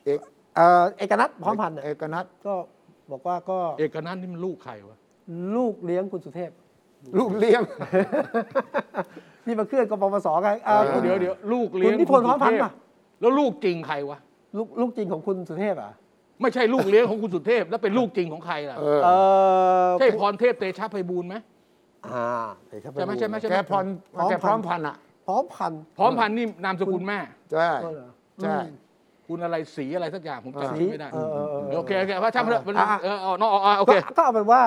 เอก เอ่อเอกนัทพร้อมพันธ์เนี่ย เอกนัท ก็บอกว่าก็ เอกนัทนี่มันลูกใครวะ ลูกเลี้ยงคุณสุ เทพ ลูกเลี้ยง ที่มาเคลื่อนกปปสไงอ่า เอ คุ อ ณ เดี๋ยวเดี๋ยวลูกเลี้ยง คุณนิพนธ์พร้อมพันธุ์ป่ะ แล้วลูกจริงใครวะ ลูกลูกจริงของคุณสุเทพเหรอ่ะ ไม่ใช่ลูกเลี้ยงของคุณสุเทพ แล้วเป็นลูกจริงของใครล่ะ เออ เออ ใช่พรเทพเตชะไพบูลย์ไหม อ่าเดี๋ยวเข้าป ใช่ไหม ดู ใช่ไหมใช่ไหม แกพร พร้อม แกพร้อมพันธุ์อ่ะ พร้อมพันธุ์ พร้อมพันธุ์นี่นามสกุลแม่ ใช่ ก็เหรอ ใช่ คุณอะไรสีอะไรสักอย่างผมจำ สี ชื่อไม่ได้ เออเออเออ โอเคโอเคว่าช่างมันเถอะมัน อ่ะ เออเอานอกเอาเอาโอ ก็ เค ก็เอาเป็นว่า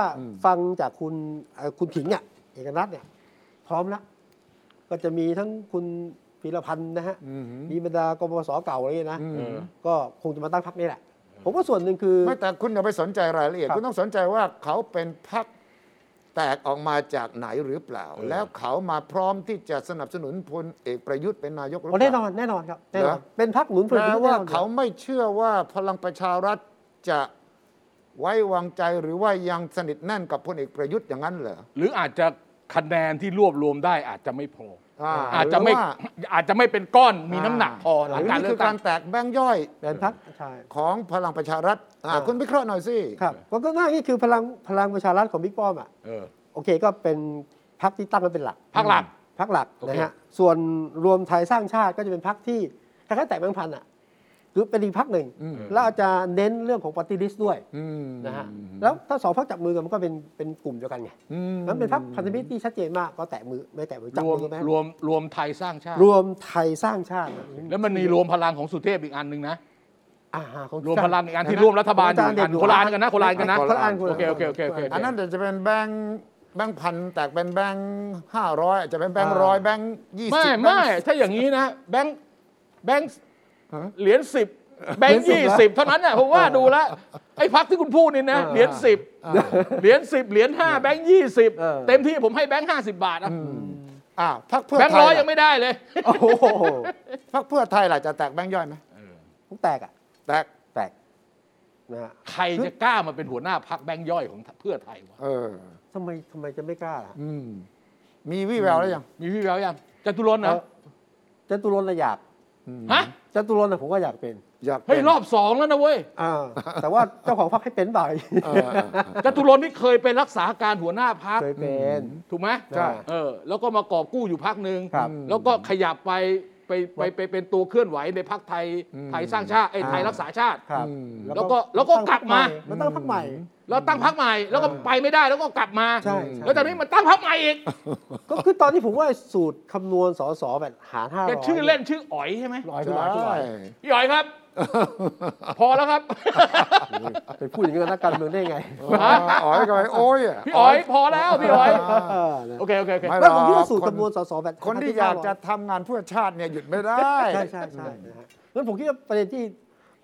ฟังจากคุณเอ่อคุณผิงเนี่ยเอกนัทเนี่ย พร้อมแล้ว ก็จะมีทั้งคุณพีรพันธ์นะฮะ มีบรรดากบสเก่าอะไรอย่างเงี้ยนะ อืม เออ ก็คงจะมาตั้งพรรคนี่แหละ ผมว่าส่วนหนึ่งคือ ไม่แต่คุณอย่าไปสนใจรายละเอียด ครับ คุณต้องสนใจว่าเขาเป็นพักแตกออกมาจากไหนหรือเปล่า เออ แล้วเขามาพร้อมที่จะสนับสนุนพลเอกประยุทธ์เป็นนายกหรือ อ๋อ เป แน่นอ ล่า นแน่นอนครับแน่นอน เหรอ เป็นพรรคหนุน แปล ยุทธ์ ว่า แน่นอน เขาไม่เชื่อว่าพลังประชารัฐจะไว้วางใจหรือว่ายังสนิทแน่นกับพลเอกประยุทธ์อย่างนั้นเหรอ หรืออาจจะคะแนนที่รวบรวมได้อาจจะไม่พอ อ่า อาจจะไม่ หรือว่า อาจจะไม่เป็นก้อนมีน้ำหนักพอหลัง ห การ นี่ เลื คือ อก กา ตั้ง รแตกแบ่งย่อย เป็นพรรคใช่ ของพลังประชารัฐอ่ะ อ่า คุณวิเคราะห์หน่อยสิ ครับก็ก็ง่ายนี่คือพลังพลังประชารัฐของบิ๊กป้อมอ่ะ เออ โอเคก็เป็นพักที่ตั้งกันเป็นหลัก พรรคหลัก พักหลัก โอเค นะฮะส่วนรวมไทยสร้างชาติก็จะเป็นพักที่คล้ายๆแตกแบงค์พันธุ์อ่ะคือเป็นอีกพักหนึ่ง แล้วอาจจะเน้นเรื่องของปฏิริษีด้วย อืม นะฮะแล้วถ้าสองพักจับมือกันมันก็เป็นเป็นกลุ่มเดียวกันไง อืม นั้นเป็นพักพันธมิตรที่ชัดเจนมากก็แตะมือไม่แตะมือจับ รวม มือกันไหม รวมรวมไทยสร้างชาติ รวมไทยสร้างชาติ แล้วมันมีรวมพลังของสุเทพอีกอันหนึ่งนะ อ่าฮะของ รวมพลังอีกอันที่ร่วมรัฐบาลอยู่อีกอันคนละอันกันนะคนละอันกันนะ คนละอันคนละ โอเคโอเคโอเคโอเค อันนั้นเดี๋ยวจะเป็นแบงค์แบงค์พันแตกเป็นแบงค์ห้าร้อยจะเป็นแบงค์ร้อยแบงค์ยี่สิบ ไม่ แบ ไม่ งค์ ถ้าอย่างนี้นะ แบงค์แบงค์ ฮะ เหรียญสิบแบงค์ยี่สิบเท่านั้นน่ะผมว่าดูแล้วไอ้พักที่คุณพูดนี่นะเหรียญสิบเหรียญสิบเหรียญห้าแบงค์ยี่สิบเต็มที่ผมให้แบงค์ห้าสิบบาทนะ อ่าพักเพื่อ แบงค์ ไท ร้อย ยยังไม่ได้เลย โอ้โห พักเพื่อไทยล่ะจะแตกแบงค์ย่อยไหม ต้องแตกอ่ะ แตก แตกนะฮะ ใครจะกล้ามาเป็นหัวหน้าพักแบงค์ย่อยของเพื่อไทยวะ เออ ทำไมทำไมจะไม่กล้าล่ะ อืมมีวี่แววแล้วยัง มีพี่แววยังจตุรนต์ เอ นะ อจตุรนต์นะอยาก ฮะ จตุรนต์นะผมก็อยากเป็น อยากป็น เฮ้ยรอบสองแล้วนะเว้ย อ่า แต่ว่าเจ้าของพรรคให้เป็นบ่าย เออเออเออ จตุรนต์นี่เคยเป็นรักษาการหัวหน้าพัก เคยเป็น ถูกไหม ใช่ เออ แล้วก็มากอบกู้อยู่พักหนึ่ง ครับ แล้วก็ขยับไป ไปไปไปเป็นตัวเคลื่อนไหวในพักไทยไทยสร้างชาติไอ้ อ่า ไทยรักษาชาติ ครับ อืม แล้วก็แล้วก็กลับมา แล้วตั้งพรรคใหม่ แล้วตั้งพักใหม่แล้วก็ไปไม่ได้แล้วก็กลับมา ใช่ใช่ แล้วตอนนี้มันตั้งพักใหม่อีก ก็คือตอนที่ผมว่าสูตรคำนวณสสแบบหารห้าร้ แก อย ชื่อเล่นชื่ออ๋อยใช่ไหม ร้อยคือร้อยคือร้อย ใช่ พี่อ๋อยครับ พอแล้วครับ เป็นพูดอย่างนี้กับนักการเมืองได้ไง อ๋ออ๋อยก็ไปโอ้ยะ พี่อ๋อยพอแล้วพี่อ๋อย เออนะ โอเคโอเคโอเค ไม่หร แล้ว อก ผมคิดว่าสูตรคำนวณสสแบบ คนที่อยากจะทำงานเพื่อชาติเนี่ยหยุดไม่ได้ ใช่ใช่ใช่นะฮะงั้นผมคิดว่าประเด็นที่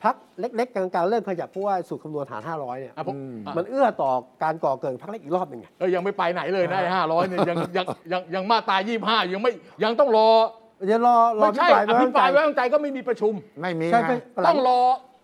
พักเล็กๆกลางๆเริ่มขยับเพราะว่าสูตรคำนวณหารห้าร้อยเนี่ย อ่ะผมอ่ะ มันเอื้อต่อการก่อเกิดพักเล็กอีกรอบหนึ่งไง เอ้ยยังไม่ไปไหนเลยนะห้าร้อยเนี่ยยังยังยังยังมาตรายี่ห้ายังไม่ยังต้องรอ เดี๋ยวรอรอ ไม่ใช่อภิปรายไว้วางใจก็ไม่มีประชุม ไม่มี ใช่ นะ ไปหลั ต้องรอ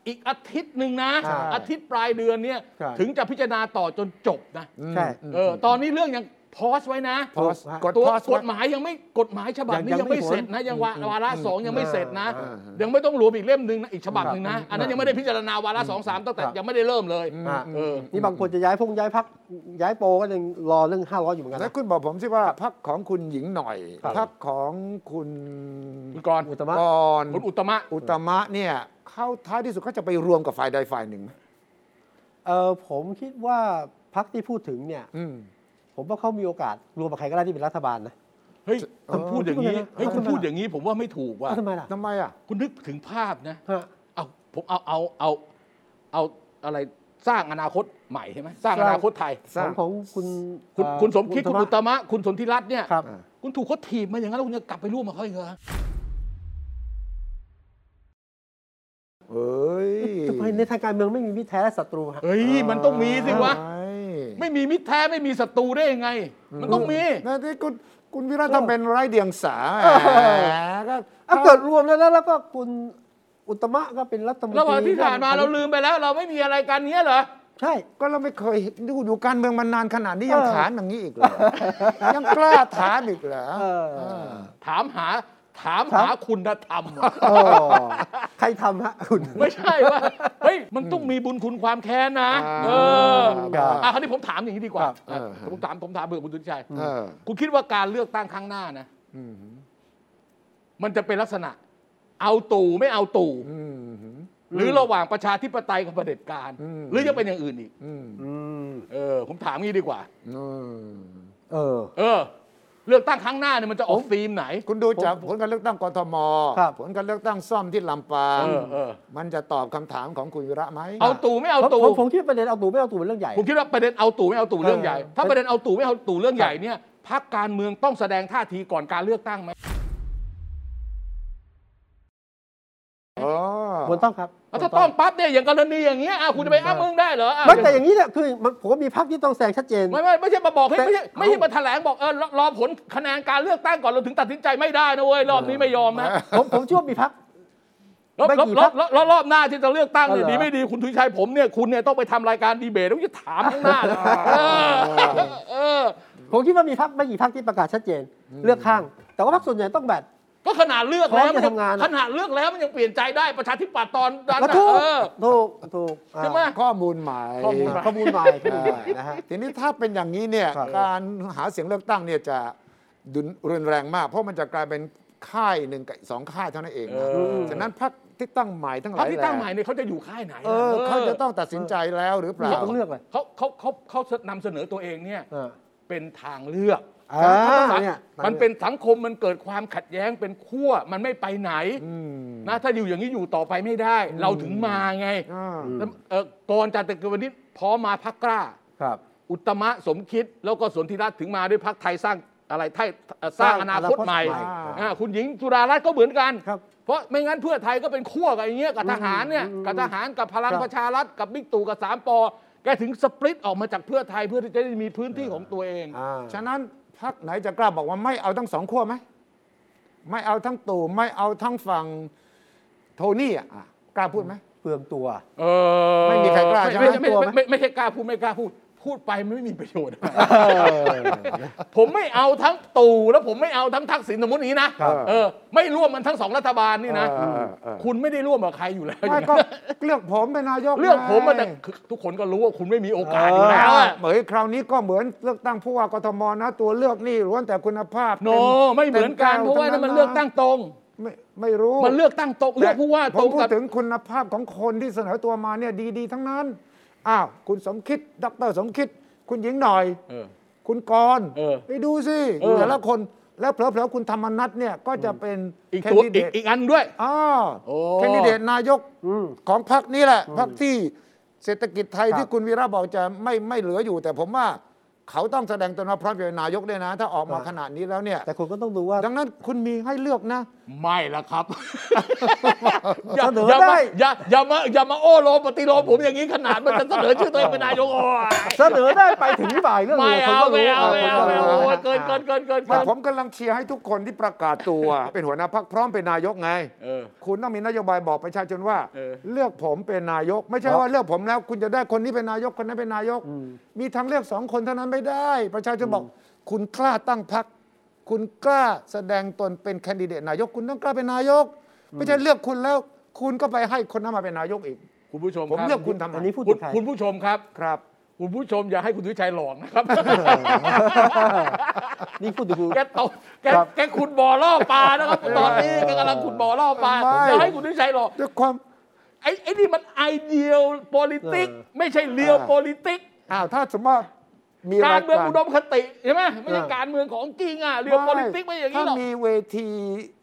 อีกอาทิตย์หนึ่งนะ ใช่ อาทิตย์ปลายเดือนเนี่ย ใช่ ถึงจะพิจารณาต่อจนจบนะ ใช่ เออตอนนี้เรื่องยังพอสไว้นะ พอส กด ตัว พอกสไว้ ฎหมายยังไม่กฎหมายฉบับนี้ ยัง ยังไม่ ยังไม่ เสร็จนะยังวาระวาระสองยังไม่เสร็จนะ อ่า ยังไม่ต้องรวมอีกเล่มหนึ่งนะอีกฉบับหนึ่งนะ ครับ อันนั้นยังไม่ได้พิจารณาวาระสองสามตั้งแต่ ครับ ยังไม่ได้เริ่มเลย อ่ะ เออ นี่บางคนจะย้ายพงย้ายพักย้ายโปรก็ยังรอเรื่อง 500 อยู่เหมือนกัน แล้ นะ วคุณบอกผมสิว่าพักของคุณหญิงหน่อย ครับ พักของคุณ คุณกรณ์ อุตมะ กรณ์ คุณอุตตมะ อุตมะเนี่ยเข้าท้ายที่สุดเขาจะไปรวมกับฝ่ายใดฝ่ายหนึ่งไหม เออผมคิดว่าพักที่พูดถึงเนี่ย อืม ผมว่าเขามีโอกาสรวมกับใครก็ได้ที่เป็นรัฐบาลนะ เฮ้ยคุณ เออ พูดอย่างนี้ พูดอะไรนะ เฮ้ยคุณ เออ พูดอย่างนี้ผมว่าไม่ถูกว่ะ เอ้าทำไมล่ะ ทำไมอ่ะ คุณนึกถึงภาพนะ ฮะ เอาผมเอาเอาเอาเอาอะไรสร้างอนาคตใหม่ใช่ไหมสร้าง สร้า อง นาคตไทย สร้าง ของคุณ คุณ เอ่อ คุณสมคิดคุณ อุ อุตตมะ คุณสนธิรัตน์เนี่ย ครับ คุณถูกเขาถีบมาอย่างนั้นแล้วคุณจะกลับไปร่วมกับเขาอีกเหรอ เอ้ย ทำไมในทางการเมืองไม่มีมิตรแท้และศัตรูฮะ เฮ้ย มันต้องมีสิวะ ใช่ ไม่มีมิตรแท้ไม่มีศัตรูได้ยังไง มันต้องมี นั่นที่คุณคุณวิรัตทำเป็นไร้เดียงสา เออ แหมก็ เอาเกิดรวมแล้วแล้วแล้วก็คุณอุตตมะก็เป็นรัฐมนตรี ระหว่างที่ผ่านมาเราลืมไปแล้ว เราไม่มีอะไรกันเงี้ยเหรอ ใช่ ก็เราไม่เคยดูดูการเมืองมานานขนาดนี้ยัง เออ ถามอย่างนี้อีกเหรอยังกล้าถามอีกเหรอ เออ ถามหาถามหาคุณธรรม เออใครทำฮะคุณ ไม่ใช่ว่าเฮ้ยมันต้องมีบุญคุณความแค้นนะ อ่า เออ ครับ อ่ะคราวนี้ผมถามอย่างนี้ดีกว่า ครับ อ่ะ เออ ผมถามผมถามเบื่อคุณสุทธิชัย เออ คุณคิดว่าการเลือกตั้งครั้งหน้านะ อืม มันจะเป็นลักษณะ เอาตู่ไม่เอาตู่ อืม หรือระหว่างประชาธิปไตยกับเผด็จการ อืม หรือยังเป็นอย่างอื่นอีก อืม อืม เออ ผมถามงี้ดีกว่า อืม เออ เออ เลือกตั้งครั้งหน้าเนี่ยมันจะออกธีมไหน คุณดูจากผลการเลือกตั้งกทม ครับ ผลการเลือกตั้งซ่อมที่ลำปาง เออเออ มันจะตอบคำถามของคุณวิระไหม เอาตู่ไม่เอา ผม ตู่ ผมผมคิดว่าประเด็นเอาตู่ไม่เอาตู่เป็นเรื่องใหญ่ ผมคิดว่าประเด็นเอาตู่ไม่เอาตู่เรื่องใหญ่ เออ ถ้าประเด็นเอาตู่ไม่เอาตู่เรื่องใหญ่เนี่ยพรรคการเมืองต้องแสดงท่าทีก่อนการเลือกตั้งไหม อ๋อ ควรต้องครับ แล้วถ้าต้องปั๊บเนี่ยอย่างกรณีอย่างเงี้ยอ่ะคุณจะไปอ้างมึงได้เหรออ่ะ ไม่แต่อย่างนี้เนี่ยคือมันผมว่ามีพักที่ต้องแซงชัดเจน ไม่ไม่ไม่ใช่มาบอกให้ แต่ ไม่ใช่ไม่ใช่มาแถลงบอกเออรอรอผลคะแนนการเลือกตั้งก่อนเราถึงตัดสินใจไม่ได้นะเว้ยรอบนี้ไม่ยอมนะ ผมผมเชื่อว่ามีพัก รอบ ไม่ รอบ กี่ ร พร อ ร บ ค รอบรอบรอบหน้าที่จะเลือกตั้งเนี่ย อ๋อเหรอ ดีไม่ดีคุณทุยชัยผมเนี่ยคุณเนี่ยต้องไปทำรายการดีเบตต้องจะถามข้างหน้าเลยเออเออ ผมคิดว่ามีพักไม่กี่พักที่ประกาศชัดเจน เลือกข้าง แต่ว่าพักส่วนใหญ่ต้องแบบ ก็ขนาดเลือกแล้ว พร้อมจะทำงาน ขนาดเลือกแล้วมันยังเปลี่ยนใจได้ประชาธิปัตย์ตอนนั้น กระ น่ะ ทูก เออ ถูกถูกอ่า ใช่ไหม ข้อมูลใหม่ ข้อมูลให ข้อมูลใหม่ข้อมูลใหม่นะฮะ ทีนี้ถ้าเป็นอย่างนี้เนี่ย ครับ การหาเสียงเลือกตั้งเนี่ยจะดุนรุนแรงมาก เพราะมันจะกลายเป็นค่ายหนึ่งกับสองค่ายเท่านั้นเองนะ เออ ฉะนั้นพรรคที่ตั้งใหม่ทั้งห พร ลาร ค ย ที่ แหล่ ตั้งใหม่เนี่ยเขาจะอยู่ค่ายไหน เออเขาจะต้องตัดสินใจแล้วหรือเปล่า ต้องเลือกเลย เขาเขาเขาเขานำเสนอตัวเองเนี่ย อ่า เป็นทางเลือก อ่าเนี่ย มันเป็นสังคมมันเกิดความขัดแย้งเป็นขั้วมันไม่ไปไหนนะถ้าอยู่อย่างนี้อยู่ต่อไปไม่ได้ เราถึงมาไง อ่า แล้วเอ่อก่อนจากแต่วันนี้พอมาพักกล้า ครับ อุตตมะสมคิดแล้วก็สนธิรัตน์ถึงมาด้วยพักไทยสร้างอะไรไทยเอ่อสร้างอนาคตใหม่ สร้างอนาคตใหม่ อ่าคุณหญิงจุฬารัตน์ก็เหมือนกัน ครับ เพราะไม่งั้นเพื่อไทยก็เป็นขั้วกับไอย่างเงี้ยกับทหารเนี่ย อืม กับทหารกับพลัง ครับ ประชารัฐกับบิ๊กตู่กับสามปอแกถึงสปริตออกมาจากเพื่อไทยเพื่อที่จะได้มีพื้นที่ของตัวเอง อ่า ฉะนั้นพรรคไหนจะกล้าบอกว่าไม่เอาทั้งสองขั้วไหมไม่เอาทั้งตู่ไม่เอาทั้งฝั่งโทนี่อะอ่ะกล้าพูดไหม เปลืองตัว เออ ไม่มีใครกล้าใช่ไหม ไม่ไม่ กลัวไหม ไม่ไม่ไม่ใช่กล้าพูดไม่กล้าพูด พูดไปมันไม่มีประโยชน์ เออ ผมไม่เอาทั้งตู่แล้วผมไม่เอาทั้งทักษิณสมมติอย่างนี้นะครับ เออ ไม่ร่วมมันทั้งสองรัฐบาลนี่นะ เออเออเออ คุณไม่ได้ร่วมกับใครอยู่แล้ว ไม่ก็เลือกผมเป็นนายก เรื่องผมมัน ไง แต่คือทุกคนก็รู้ว่าคุณไม่มีโอกาสอยู่แล้วอะ เหมยคราวนี้ก็เหมือนเลือกตั้งผู้ว่ากทมนะ ตัวเลือกนี่ล้วนแต่คุณภาพ โนไม่เหมือนกันเพราะว่านั่นมันเลือกตั้งตรง ไม่ไม่รู้ มันเลือกตั้งตรงเลือกผู้ว่า ผ ตร ม ง พูด กับ ถึงคุณภาพของคนที่เสนอตัวมาเนี่ยดีๆ ทั้งนั้น อ้าว คุณสมคิดดรสมคิด คุณหญิงหน่อย เออ คุณกรณ์ เออ ไปดูสิ เออ แต่ละคนแล้วเผลอๆคุณธรรมนัทเนี่ยก็จะเป็น อีกตัว แคนดิเด อีก ต อีกอันด้วย อ๋อ โอ้ แคนดิเดตนายก อืม ของพรรคนี้แหละพรรคที่เศรษฐกิจไทย ครับ ที่คุณวีระบอกจะไม่ไม่เหลืออยู่ แต่ผมว่าเขาต้องแสดงตนว่าพร้อมจะเป็นนายกด้วยนะ ถ้าออกมาขนาดนี้แล้วเนี่ย แต่คุณก็ต้องดูว่า ดังนั้นคุณมีให้เลือกนะ ไม่ละ ครับ เสนอ อย่า ได้ มาอย่าอย่ามาอย่ามาโอ้โลมปฏิโลมผมอย่างนี้ขนาดมันจะเสนอชื่อตัวเองเป็นนายกโอ้ย เสนอได้ไปถึงบ่ายเรื่อง ไม่ ดียว เอา คนก็ ไม่ รู้ เอาไม่เอาไม่เอา คนก็รู้ โอ้ยเกินเกินเกินเกิน ไม่ เกิน ผมกำลังเชียร์ให้ทุกคนที่ประกาศ ตัว เป็นหัวหน้าพักพร้อมเป็นนายกไง เออ คุณต้องมีนโยบายบอกประชาชนว่า เออ เลือกผมเป็นนายก ไม่ใช่ว่าเลือกผมแล้ว คุณจะได้คนนี้เป็นนายกคนนั้นเป็นนายก มีทางเลือกสองคนเท่านั้นไม่ได้ ประชาชนบอก คุณกล้าตั้งพัก คุณกล้าแสดงตนเป็นแคนดิเดตนายก คุณต้องกล้าเป็นนายก ไม่ใช่เลือกคุณแล้ว คุณก็ไปให้คนนั้นมาเป็นนายกอีก คุณผู้ชม ผม ครับ เลือกคุณทำไม อันนี้พูด คุ ถึ ณ งใคร คุณผู้ชมครับ ครับ คุณผู้ชมอย่าให้คุณวิชัยหลอก นะครับ นี่พูดถึงคุณ แกตกแก ครับ แกขุดบ่อล่อปลานะครับตอนนี้แกกำลังขุดบ่อล่อปลา ไม่ อย่าให้คุณวิชัยหลอก ด้วยความ ไอ้ไอ้นี่มันไอเดีย politics ไม่ใช่เรียว politics อ้าวถ้าสมมติว่ามี การเมือง ย อุดมคติใช่ไหมไม่ใช่ เออ การเมืองของจริงอ่ะเรียว politics ไม่อย่างนี้ ถ้า หรอก มีเวที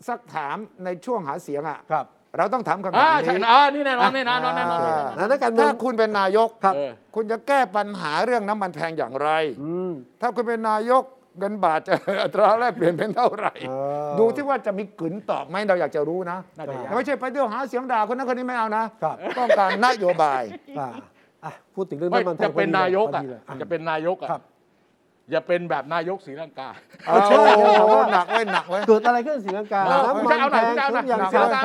สักถามในช่วงหาเสียงอ่ะ ครับ เราต้องถามคำถา อ่าม ใช่ นี้ อ่านี่แน่นอนแน่นอนแน่นอนแน่นอน อ่า อ่านักการเมือง ถ้าคุณเป็นนายก ครับ เออ คุณจะแก้ปัญหาเรื่องน้ำมันแพงอย่างไร อืม ถ้าคุณเป็นนายกเงินบาทจะ อัตราแลกเปลี่ยนเป็นเท่าไหร่ เออ ดูที่ว่าจะมีกลืนตอบไหมเราอยากจะรู้นะ น่าจะอยาก ไม่ใช่ไปเที่ยวหาเสียงด่าคนนั้นคนนี้ไม่เอานะครับ ต้องการนโยบาย อ่าอ่ะพูดถึงเรื่อง ไม่ น้ำมันแพง จะเป็นนายก พ อ่ะ ดีเลย จะเป็นนายกอ่ะ ครับ อย่าเป็นแบบนายกศรีลังกา เอา เอาเชื่อ หนักไว้ยหนักไว้ย เกิดอะไรขึ้นศรีลังกา เออ น้ำมัน เอาห แพ น่งอยเอาหน่ ทุ อย กอย่าง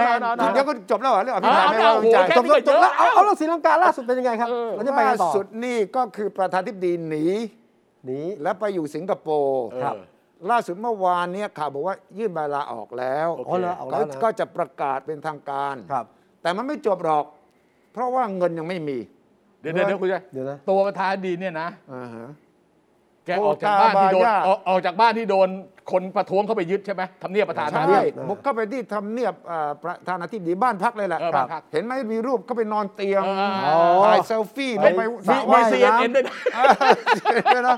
เอาหน่อย เสียแพง เอาหน่อยเอาหน่อยเอาหน่อ เดี๋ยวก็จบแล้วเหรอเรื่องอภิปราย เอา ไม่ เอา ไว้วางใจ โอเค จบแล้วจบแล้วเอาเอาเรื่องศรีลังกาล่าสุดเป็นยังไงครับ เออ เราจะไปกันต่อ ล่าสุดนี่ก็คือประธานาธิบดีหนี หนี้ แล้วไปอยู่สิงคโปร์ เออ ครับ ล่าสุดเมื่อวานเนี่ยข่าวบอกว่ายื่นใบลาออกแล้ว โอเค อ๋อเหรอเอาแล้ ก็ วนะ ก็จะประกาศเป็นทางการ ครับ แต่มันไม่จบหรอก เพราะว่าเงินยังไม่มี เดี๋ยวเดี๋ยวเดี๋ยวคุณวิชัย เดี๋ยวนะ ตัวประธานดีเนี่ยนะ อ่าฮะ แกออกจากบ้านที่โดน โอ้ตาบาย่า ออกออกจากบ้านที่โดนคนประท้วงเข้าไปยึดใช่ไหมทำเนียบประธาน ใช่ ทำเนียบ บุกเข้าไปที่ทำเนียบอ่าประธานาธิบดีบ้านพักเลยแหละ เออบ้านพัก เห็นไหมมีรูปก็ไปนอนเตียง เออ ถ่ายเซลฟี่ ไป ลงไปสระ มี ว่าย มี ซี น้ำ เอ็นด้วยนะ อ่า เดี๋ยวนะ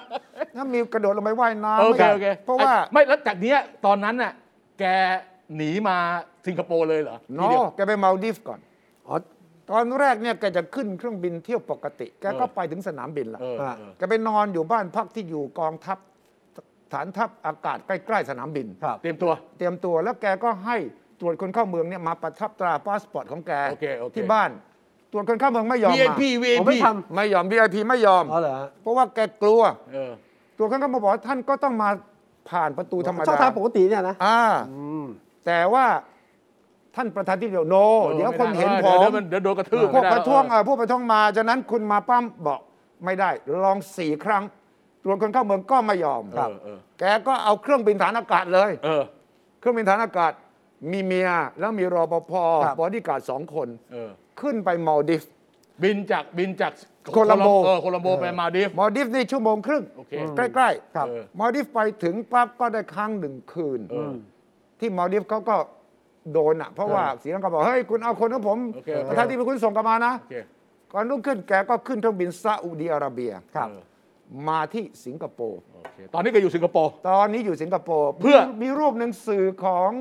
ถ้ามีกระโดดลงไปว่ายน้ำ โอเคโอเค เพราะว่า ไม่แล้วจากเนี้ยตอนนั้นน่ะแกหนีมาสิงคโปร์เลยเหรอ โน ทีเดียว แกไปมาลดีฟส์ก่อน อ๋อ ตอนแรกเนี่ยแกจะขึ้นเครื่องบินเที่ยวปกติ แกก็ เออ ไปถึงสนามบินละ เออ อ่ะ เออ แกไปนอนอยู่บ้านพักที่อยู่กองทัพฐานทัพอากาศใกล้ ๆ สนามบิน ครับ เตรียมตัว เตรียมตัวแล้วแกก็ให้ตรวจคนเข้าเมืองเนี่ยมาประทับตราพาสปอร์ตของแก โอเคโอเค ที่บ้าน ตรวจคนเข้าเมืองไม่ยอมมา VIP ผม VIP ไม่ท ไม่ยอม VIP ไม่ยอม ำอ๋อเหรอฮะ เพราะว่าแกกลัว เออ ตรวจคนเข้าเมืองบอกว่าท่านก็ต้องมาผ่านประตูธรรม ช่อง ดา ทางปกติเนี่ยนะ อ่า อืม แต่ว่าท่านประธานที่เดียวโนเดี๋ยวคนเห็นผ เดี๋ย ม วมันเดี๋ยวโดนกระทืบ พวก ไม่ได้ ประท้วง เออ เอ่อพวกประท้วงมาจากนั้นคุณมาปั้มบอกไม่ได้ ลองสี่ครั้ง ตรวจคนเข้าเมืองก็ไม่ยอม เออเออ แกก็เอาเครื่องบินฐานอากาศเลย เออ เครื่องบินฐานอากาศมีเมียแล้วมีรอปภ ครับ บอดี้การ์ดสองคน เออ ขึ้นไปมาลดิฟส์ บินจากบินจาก โคลัมโบ เออโคลัมโบไปมาดิฟ มาลดิฟส์นี่ชั่วโมงครึ่ง โอเค ใกล้ ครับ เออ ๆมาลดิฟส์ไปถึงปั๊บก็ได้ค้างหนึ่งคืน เออ ที่มาลดิฟส์เขาก็โดนอ่ะเพราะว่าเสียงก็บอกเฮ้ยคุณเอาคนของผม โอเคโอเค ประธานที่เป็นคุณส่งกลับมานะ โอเค ก่อนรุ่งขึ้นแกก็ขึ้นเครื่องบินซาอุดีอาระเบีย ครับ เออ มาที่สิงคโปร์ โอเคตอนนี้ก็อยู่สิงคโปร์ ตอนนี้อยู่สิงคโปร์ เพื่อ มีมีรูปหนึ่งสื่อของ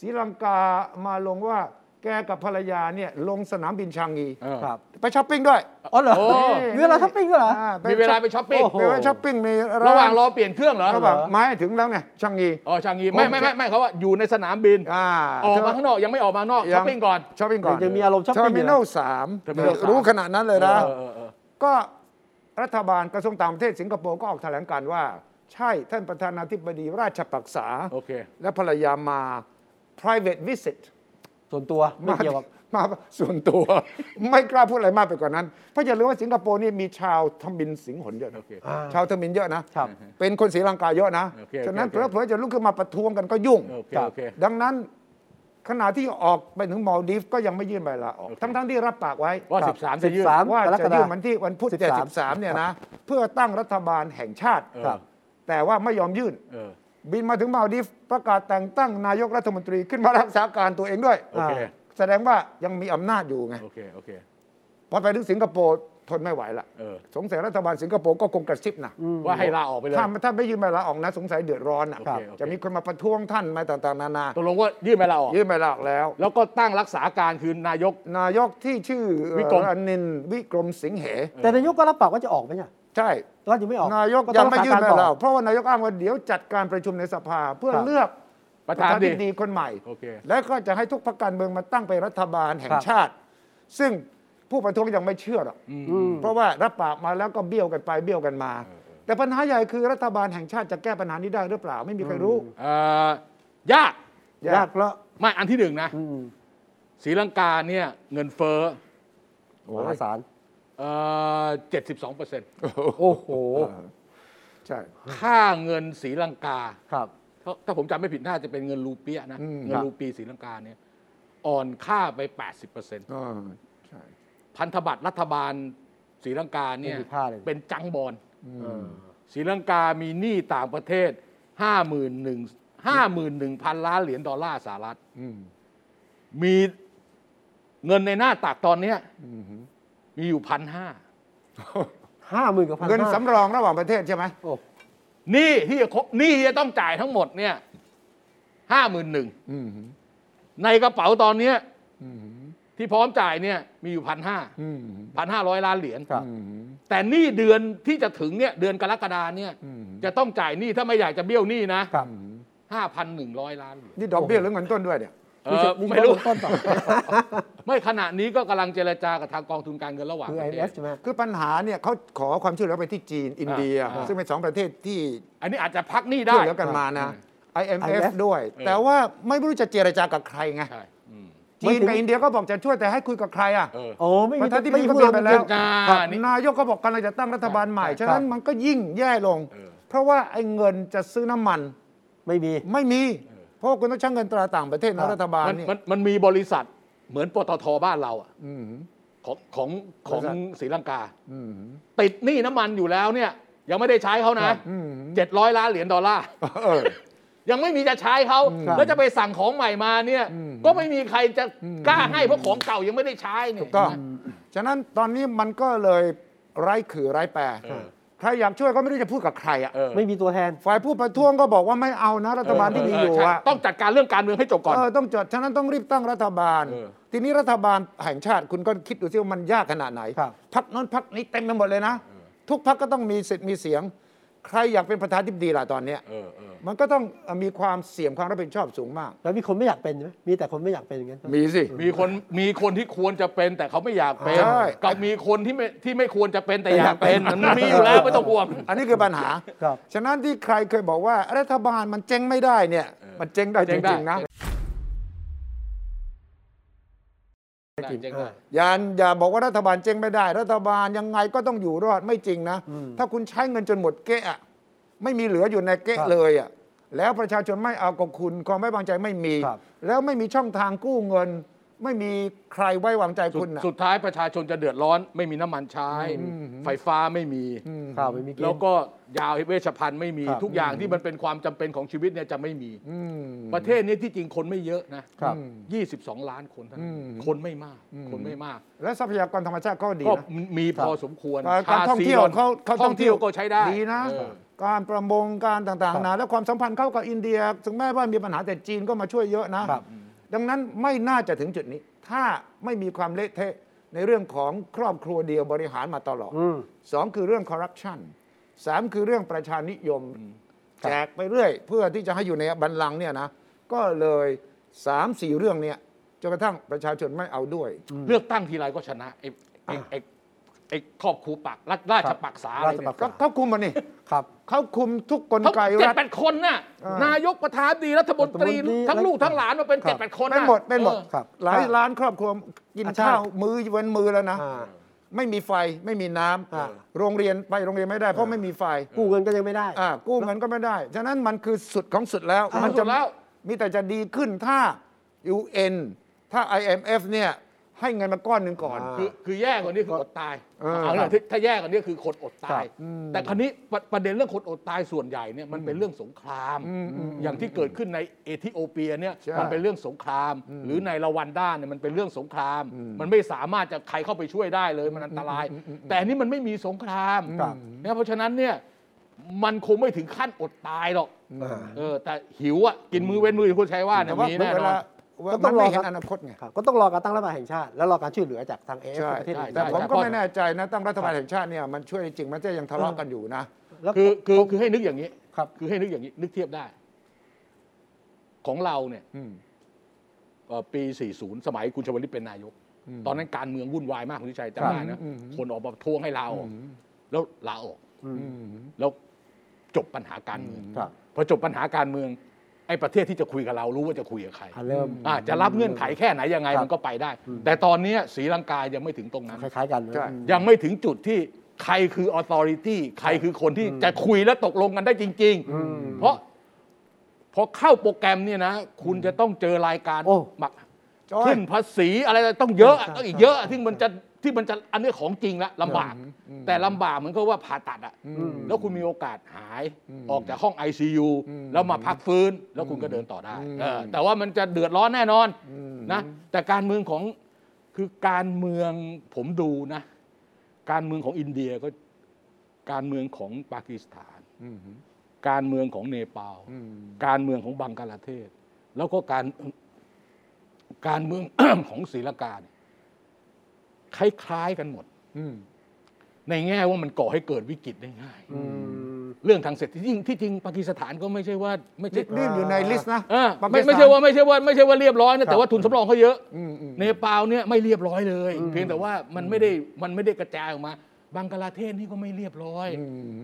ศรีลังกามาลงว่าแกกับภรรยาเนี่ยลงสนามบินชางงี เออ ครับ ไปช้อปปิ้งด้วย อ๋อเหรอ โอ้ มีเวลาช้อปปิ้งด้วยเหรอ อ่ มีเวลาไปช้อปปิ้ง โอ้โห ไปไว้ช้อปปิ้งในน ระหว่างรอเปลี่ยนเครื่องเหรอ ระหว่างไม้ถึงแล้วไงชางงี อ๋อชางงีไม่ไม่ไม่ไม่เขาว่าอยู่ในสนามบิน อ่า ออกมาข้างนอกยังไม่ออกมาข้างนอกช้อปปิ้งก่อน ช้อปปิ้งก่อน ยังมีอารมณ์ช้อปปิ้ง เทอร์มินออลยู่นะ สาม เทอร์มินัลสาม รู้ขนาดนั้นเลยนะ เออเออเออ ก็รัฐบาลกระทรวงต่างประเทศสิงคโปร์ก็ออกแถลงการณ์ว่า ใช่ท่านประธานาธิบดีราชปรึกษา โอเค และภรรยามา private visit ส่วนตัวไม่เกี่ยวกับ มาส่วนตัว ไม่กล้าพูดอะไรมากไปกว่านั้น เพราะอย่าลืมว่าสิงคโปร์นี่มีชาวทมินสิงหนเยอะนะ โอเค อ่า ชาวทมินเยอะนะ ครับ เป็นคนศรีลังกาเยอะนะ โอเคโอเค ฉะนั้นเผลอๆจะลุกขึ้นมาประท้วงกันก็ยุ่ง โอเค ครับ โอเค ดังนั้นขณะที่ออกไปถึงมาลดีฟก็ยังไม่ยื่นใบลาออก โอเค ทั้งๆที่รับปากไว้ ว่า ครับ สิบสามจะยืด สิบสาม ว่าจะ กรกฎา ยื่ คน ม วันที่วันพุธที่ 13 13เนี่ยนะ เพื่อตั้งรัฐบาลแห่งชาติ เออ แต่ว่าไม่ยอมยื่น เออ บินมาถึงมาลดีฟประกาศแต่งตั้งนายกรัฐมนตรีขึ้นมารักษาการตัวเองด้วย โอเค าแสดงว่ายังมีอำนาจอยู่ไง โอเค โอเค พอไปถึงสิงคโปร์ทนไม่ไหวละ เออ สงสัยรัฐบาลสิงคโปร์ก็คงกระซิบนะ ว่าให้ลาออกไปเลย ถ้าถ้าไม่ยื่นใบลาออกนะ สงสัยเดือดร้อนนะ โอเคโอเค จะมีคนมาประท้วงท่านมาต่างๆ นานา ตกลงว่ายื่นไปลาออก ยื่นใบลาออกแล้ว แล้วก็ตั้งรักษาการคือนายก นายกที่ชื่อเอ่อ วิกรม อนินทร์วิกรมสิงห์เห แต่นายกก็รับปากว่าจะออกไหมเนี่ย ใช่ ตอนยังไม่ออก นายก ต้ ยั อง ไม่ยื่น รัษาใบลา การ อ ต่ อ อ กเพราะว่านายกอ้างว่าเดี๋ยวจัดการประชุมในสภาเพื่อ ครับ เลือก ประธาน ธิ ดี บดีคนใหม่ โอเค และก็จะให้ทุกพรรคการเมืองมาตั้งเป็นรัฐบาลแห่งชาติ ซึ่งผู้ประท้วงยังไม่เชื่อหรอก อืม เพราะว่ารับปากมาแล้วก็เบี้ยวกันไปเบี้ยวกันมา แต่ปัญหาใหญ่คือรัฐบาลแห่งชาติจะแก้ปัญหานี้ได้หรือเปล่าไม่มีใครรู้ เอ่อยาก ยากแล้ว ไม่อันที่หนึ่งนะ อืม ศรีลังกาเนี่ยเงินเฟ้อ มหาศาล เอ่อ72เปอร์เซ็นต์ โอ้โห ใช่ ค่าเงินศรีลังกา ครับ ถ้าถ้าผมจำไม่ผิดน่าจะเป็นเงินรูเปียนะ เงินรูปีศรีลังกาเนี่ยอ่อนค่าไป 80เปอร์เซ็นต์ อ่าใช่ พันธบัตรรัฐบาลศรีลังกาเนี่ย ไม่มีค่าเลย เป็นจังก์บอล เออ ศรีลังกามีหนี้ต่างประเทศ 5 1 0 0 0 0 ล้านเหรียญดอลลาร์สหรัฐ อืม มีเงินในหน้าตักตอนเนี้ยมีอยู่พันห้า ห้าหมื่นกับพัน เงิน ห้า สำรองระหว่างประเทศใช่ไหม โอ้ หนี้ที่จะครบหนี้ที่จะต้องจ่ายทั้งหมดเนี่ยห้าหมื่นหนึ่ง อืม ในกระเป๋าตอนเนี้ย อืม ที่พร้อมจ่ายเนี่ยมีอยู่พันห้า อืม พันห้าร้อยล้านเหรียญ ครับ อืม แต่หนี้เดือนที่จะถึงเนี่ยเดือนกรกฎาเนี่ย อืม จะต้องจ่ายหนี้ถ้าไม่อยากจะเบี้ยวหนี้นะครับ ห้าพันหนึ่งร้อยล้านเหรียญ นี่ดอกเบี้ยหรือเงินต้นด้วยเนี่ย เออไม่ ต้น รู้ ต้นต่อ ไม่ขณะนี้ก็กำลังเจรจากับทางกองทุนการเงินระหว่าง คือ ประเทศ IMF ใช่ไหม คือปัญหาเนี่ยเขาขอความช่วยเหลือไปที่จีนอินเดีย อ่า ซึ่งเป็นสองประเทศที่ อันนี้อาจจะพักหนี้ได้ ช่วยเหลือกันมานะ IMF IMF ด้วย เออ แต่ว่าไม่รู้จะเจรจากับใครไง ใช่อืม จีนกับอินเดียก็บอกจะช่วยแต่ให้คุยกับใครอ่ะ เออ โอ้ไม่ ป มี ระธานที่ ไม่มี มี ผู้ ก็ นำ เปลี่ยนไปแล้ว จริง อ่า ครับ นี่ นายกก็บอกกำลังจะตั้งรัฐบาลใหม่ ครับ ฉะนั้นมันก็ยิ่งแย่ลง เออ เพราะว่าไอ้เงินจะซื้อน้ำมัน ๆไม่มี ไม่มี เพราะว่าคุณต้องใช้เงินตราต่างประเทศ ครั นะ บ รัฐบาล มัน เนี่ย มันมันมีบริษัทเหมือนปตทบ้านเราอะ อืม ของของของศรีลังกา อืม ติดหนี้น้ำมันอยู่แล้วเนี่ยยังไม่ได้ใช้เขานะ อืม เจ็ดร้อยล้านเหรียญดอลลาร์ เออ ยังไม่มีจะใช้เขา ครับ แล้วจะไปสั่งของใหม่มาเนี่ย อืม ก็ไม่มีใครจะ อืม กล้าให้เพราะของเก่ายังไม่ได้ใช้เนี่ย ถูกต้อง ใช่ไหม ฉะนั้นตอนนี้มันก็เลยไร้ขื่อไร้แปร เออ ใครอยากช่วยก็ไม่รู้จะพูดกับใครอ่ะ เออ ไม่มีตัวแทน ฝ่ายผู้ประท้วงก็บอกว่าไม่เอานะรัฐบาลที่มีอยู่ เใช่ อ่ะ ต้องจัดการเรื่องการเมืองให้จบก่อน เออต้องจดฉะนั้นต้องรีบตั้งรัฐบาล เออ ทีนี้รัฐบาลแห่งชาติคุณก็คิดดูสิว่ามันยากขนาดไหน ครับ พักนั้นพักนี้เต็มไปหมดเลยนะ ทุกพักก็ต้องมีสิทธิ์มีเสียง ใครอยากเป็นประธานทิบดีล่ะตอนเนี้ย เออเออ มันก็ต้องเอ่อมีความเสี่ยงความรับผิดชอบสูงมาก แล้วมีคนไม่อยากเป็นใช่ไหมมีแต่คนไม่อยากเป็นอย่างนั้น มีสิ มีคนมีคนที่ควรจะเป็นแต่เขาไม่อยากเป็น ใช่ กับมีคนที่ไม่ที่ไม่ควรจะเป็นแต่อยากเป็นมันมีอยู่แล้วไม่ต้องห่วง อันนี้คือปัญหา ครับ ฉะนั้นที่ใครเคยบอกว่ารัฐบาลมันเจ๊งไม่ได้เนี่ย มันเจ๊งได้จ เจ๊งได้ ริงๆนะ จริงๆนะ อย่าอย่าบอกว่ารัฐบาลเจ๊งไม่ได้ รัฐบาลยังไงก็ต้องอยู่รอดไม่จริงนะ ถ้าคุณใช้เงินจนหมดเกะอะไม่มีเหลืออยู่ในเกะ ครับ เลยอ่ะแล้วประชาชนไม่เอากับคุณความไว้วางใจไม่มี ครับ แล้วไม่มีช่องทางกู้เงิน ไม่มีใครไว้วางใจ สุด คุณอ่ะ สุดท้ายประชาชนจะเดือดร้อน ไม่มีน้ำมันใช้ ไฟฟ้าไม่มี ข่าวไม่มีกิน แล้วก็ยาเวชภัณฑ์ไม่มี ครับ ทุกอย่างที่มันเป็นความจำเป็นของชีวิตเนี่ยจะไม่มี ประเทศนี้ที่จริงคนไม่เยอะนะ ครับ 22 ล้านคนเท่านั้น อืม คนไม่มาก คนไม่มาก และทรัพยากรธรรมชาติก็ดี ก็ นะ มีพอสมควร การท่องเที่ยว ภษี เขาเขา ท่องเที่ยวก็ใช้ได้ ดีนะ เออ การประมงการต่างๆนะและความสัมพันธ์เข้ากับอินเดีย ถึงแม้ว่ามีปัญหาแต่จีนก็มาช่วยเยอะนะ ครับ ดังนั้นไม่น่าจะถึงจุดนี้ ถ้าไม่มีความเละเทะในเรื่องของครอบครัวเดียวบริหารมาตลอด อืม สองคือเรื่องคอร์รัปชันสามคือเรื่องประชานิยม แจกไปเรื่อย เพื่อที่จะให้อยู่ในบัลลังก์เนี่ยนะ ก็เลยสามสี่เรื่องเนี่ยจนกระทั่งประชาชนไม่เอาด้วย เลือกตั้งทีไรก็ชนะไอ้ไอ้ไอ้ไอ้ครอบครูปักรัฐราชปักษาอะไร ราชปั เนี่กยษ ก็เขาคุมมันนี่ ครับ เขาคุมทุกกล ทั้ง ไก เจ็ รั ด ฐ แปดคนน่ะ อ่าน นายกประธานดีรัฐมนตรี รัฐมนตรี ทั้งลูกทั้งหลานมาเป็น ครับ เจ็ดแปดคน ไม่ น่ะ หมดไม่หมด เออ ครับ หลายล้านครอบครัวกิน อ่ะใช่ ข้าวมือเว้นมือแล้วนะ อ่า ไม่มีไฟไม่มีน้ อ่า ำโรงเรียนไปโรงเรียนไม่ได้เพราะไม่มีไฟ กู้เงินก็ยังไม่ได้ อ่ากู้เงินก็ไม่ได้ ฉะนั้นมันคือสุดของสุดแล้ว เอา มั สุดแล้ว มีแต่จะดีขึ้นถ้า UN ถ้า IMF เนี่ย ให้เงินมาก้อนหนึ่งก่อน อ่า คือคือแย่กว่านี้คืออดตาย เออ เอาล่ะถ้าถ้าแย่กว่านี้คือคนอดตาย ครับอืม แต่คราวนี้ประประเด็นเรื่องคนอดตายส่วนใหญ่เนี่ยมันเป็นเรื่องสงคราม อืมอืม อย่างที่เกิดขึ้นในเอธิโอเปียเนี่ย ใช่ มันเป็นเรื่องสงคราม หรือในรวันด้าเนี่ยมันเป็นเรื่องสงคราม อืม มันไม่สามารถจะใครเข้าไปช่วยได้เลยมันอันตราย แต่อันนี่มันไม่มีสงคราม ครับ เนี่ยเพราะฉะนั้นเนี่ยมันคงไม่ถึงขั้นอดตายหรอก อ่า เออแต่หิวอ่ะกินมือเว้นมือคุณชัยว่าเนี่ยแต่ว่า มีแน่ เวน อ ลาน ว่า ก็ต้อน งรมัอ ไม่คเห็รับ นอนาคตไง ครับก็ต้องรอการตั้งรัฐบาลแห่งชาติ และรอการช่วยเหลือจากทางเอฟ ใช่ ประเทศอื่น ใช่ด้วยแต่ผม ครับ ก็ไม่แน่ใจนะตั้งรัฐบาลแห่งชาติเนี่ยมันช่วยได้จริงไหมันจะยังทะเลาะกันอยู่นะ แล้ว คือคือคือให้นึกอย่างนี้ ครับ อให้นึกอย่างนี้ นึกเทียบได้ ของเราเนี่ยเอ่อปี 40 สมัยคุณชวลิตเป็นนายก ตอนนั้นการเมืองวุ่นวายมากคุณวิชัยจำได้นะ อืมอืม คนออกมาทวงให้ลาออก แล้วลาออก แล้วจบปัญหาการเมือง ครับ พอจบปัญหาการเมือง ไอ้ประเทศที่จะคุยกับเรารู้ว่าจะคุยกับใคร อ่ะเริ่ม อ่ะจะรับเงื่อนไขแค่ไหนยังไง ครับ มันก็ไปได้ แต่ตอนเนี้ยศรีลังกายังไม่ถึงตรงนั้น คล้ายๆกันนะ ใช่ อืม ยังไม่ถึงจุดที่ใครคือออ h o ริตี้ใครคือคนที่จะคุยและตกลงกันได้จริง ๆ เพราะพอเข้าโปรแกรมเนี่ยนะ คุณจะต้องเจอรายการ โอ้ หมัก จอย ขึ้นภาษีอะไรต้องเยอะต้องอีกเยอะที่มันจะที่มันจะอันนี้ของจริงละลำบาก แต่ลำบากเหมือนก็ว่าผ่าตัดอะแล้วคุณมีโอกาสหายออกจากห้อง ICU แล้วมาพักฟื้น แล้วคุณก็เดินต่อได้เออแต่ว่ามันจะเดือดร้อนแน่นอนนะแต่การเมืองของ คือการเมืองผมดูนะ การเมืองของอินเดียก็การเมืองของปากีสถาน การเมืองของเนปาลการเมืองของบังกลาเทศ แล้วก็การการเมือง ของศรีลังกาเนี่ยคล้าย ๆ กันหมด ในแง่ว่ามันก่อให้เกิดวิกฤตได้ง่าย อืม เรื่องทางเศรษฐกิจที่จริงที่จริงปากีสถานก็ไม่ใช่ว่าไม่ใช่ นี่นี่อยู่ในลิสต์นะ อ่า ปกี ไม่ สถน ไม่ใช่ว่าไม่ใช่ว่าไม่ใช่ว่าเรียบร้อยนะแต่ว่าทุนสำรองเขาเยอะ อืมอืม เนปาลเนี่ยไม่เรียบร้อยเลย เพียงแต่ว่ามันไม่ได้มันไม่ได้กระจายออกมาบังกลาเทศนี่ก็ไม่เรียบร้อย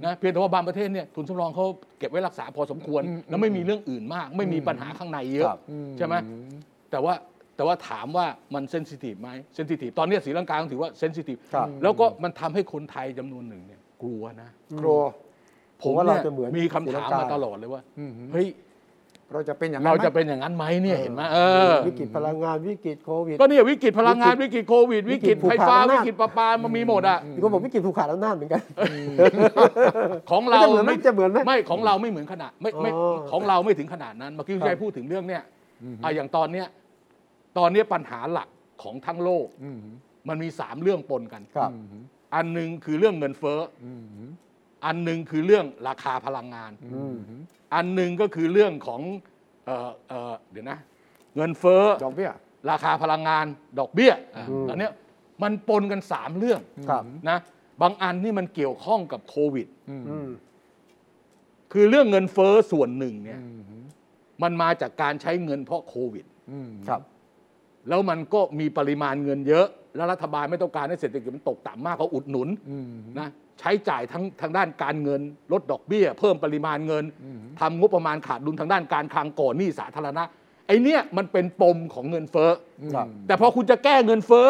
นะเพียงแต่ว่าบางประเทศเนี่ยทุนสำรองเขาเก็บไว้รักษาพอสมควร แล้วไม่มีเรื่องอื่นมาก ไม่มีปัญหาข้างในเย ครั อะ บ ใช่ไหมแต่ว่าแต่ว่าถามว่ามันเซนซิทีฟไหมเซนซิทีฟตอนเนี้ยศรีลังกาต้องถือว่าเซนซิทีฟ ครับ แล้วก็มันทำให้คนไทยจำนวนหนึ่งเนี่ยกลัวนะ กลัว ผม ว่าเรา เนี่ย จะเหมือน มีคำ ศรีลั ถาม งกาม มาตลอดเลยว่าเฮ้ย เราจะเป็นอย่างนั้ เรา นไหม จะเป็นอย่างนั้นไหมเนี่ยเห็นไหมเออ วิกฤตพลังงานวิกฤตโควิด ก็เนี่ยวิกฤตพลังงาน วิ วิ ก ก ฤ ฤ ต ตโควิด วิกฤต วิกฤต ไฟฟ้า ผูกขาดอำนาจ วิกฤตประปามันมีหมดอ่ะ มีคนบอกวิกฤตผูกขาดอำนาจเหมือนกัน ของเรา จะเหมือนไหมจะเหมือนไหม ไม่ของเราไม่เหมือนขนาดไม่ไม่ อ๋อ ของเราไม่ถึงขนาดนั้นเมื่อคกี้รับ ยายพูดถึงเรื่องเนี้ยอ่ะอย่างตอนเนี้ยตอนเนี้ยปัญหาหลักของทั้งโลกมันมีสามเรื่องปนกัน ครับ อันหนึ่งคือเรื่องเงินเฟ้อออันหนึ่งคือเรื่องราคาพลังงาน อืม อันหนึ่งก็คือเรื่องของเออเออเดี๋ยวนะ เงินเฟ้อ ดอกเบี้ย ราคาพลังงานดอกเบี้ยอ่ะ อืม ตอนเนี้ยมันปนกัน 3 เรื่อง ครับ นะบางอันนี่มันเกี่ยวข้องกับโควิด อืม คือเรื่องเงินเฟ้อส่วนหนึ่งเนี่ยมันมาจากการใช้เงินเพราะโควิด ครับ แล้วมันก็มีปริมาณเงินเยอะ แล้วรัฐบาลไม่ต้องการให้เศรษฐกิจมันตกต่ำมากเขาอุดหนุนนะใช้จ่ายทั้งทางด้านการเงิน ลดดอกเบี้ย เพิ่มปริมาณเงินทำงบประมาณขาดดุลทางด้านการคลังก่อนหนี้สาธารณะไอเนี้ยมันเป็นปมของเงินเฟ้อ ครับ แต่พอคุณจะแก้เงินเฟ้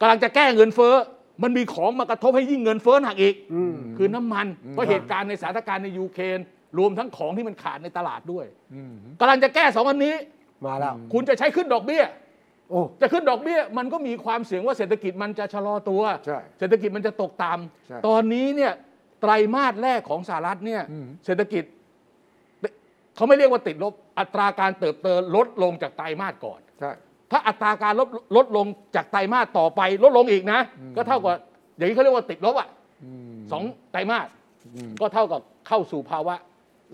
อกำลังจะแก้เงินเฟ้อ มันมีของมากระทบให้ยิ่งเงินเฟ้อหนักอีก อืม คือน้ำมัน เพราะเหตุการณ์ในสถานการณ์ในยูเครนรวมทั้งของที่มันขาดในตลาดด้วยกำลังจะแก้สองอันนี้ มาแล้ว คุณจะใช้ขึ้นดอกเบี้ย โอ้ จะขึ้นดอกเบี้ย มันก็มีความเสี่ยงว่าเศรษฐกิจมันจะชะลอตัว ใช่ เศรษฐกิจมันจะตกต่ ใช่ ำตอนนี้เนี่ยไตรมาสแรกของสหรัฐเนี่ยเศรษฐกิจเขาไม่เรียกว่าติดลบอัตราการเติบโตลดลงจากไตรมาสก่อน ใช่ ถ้าอัตราการลดลดลงจากไตรมาสต่อไปลดลงอีกนะ ก็เท่ากับอย่างนี้เขาเรียกว่าติดลบอ่ะสองไตรมาสก็เท่ากับเข้าสู่ภาวะ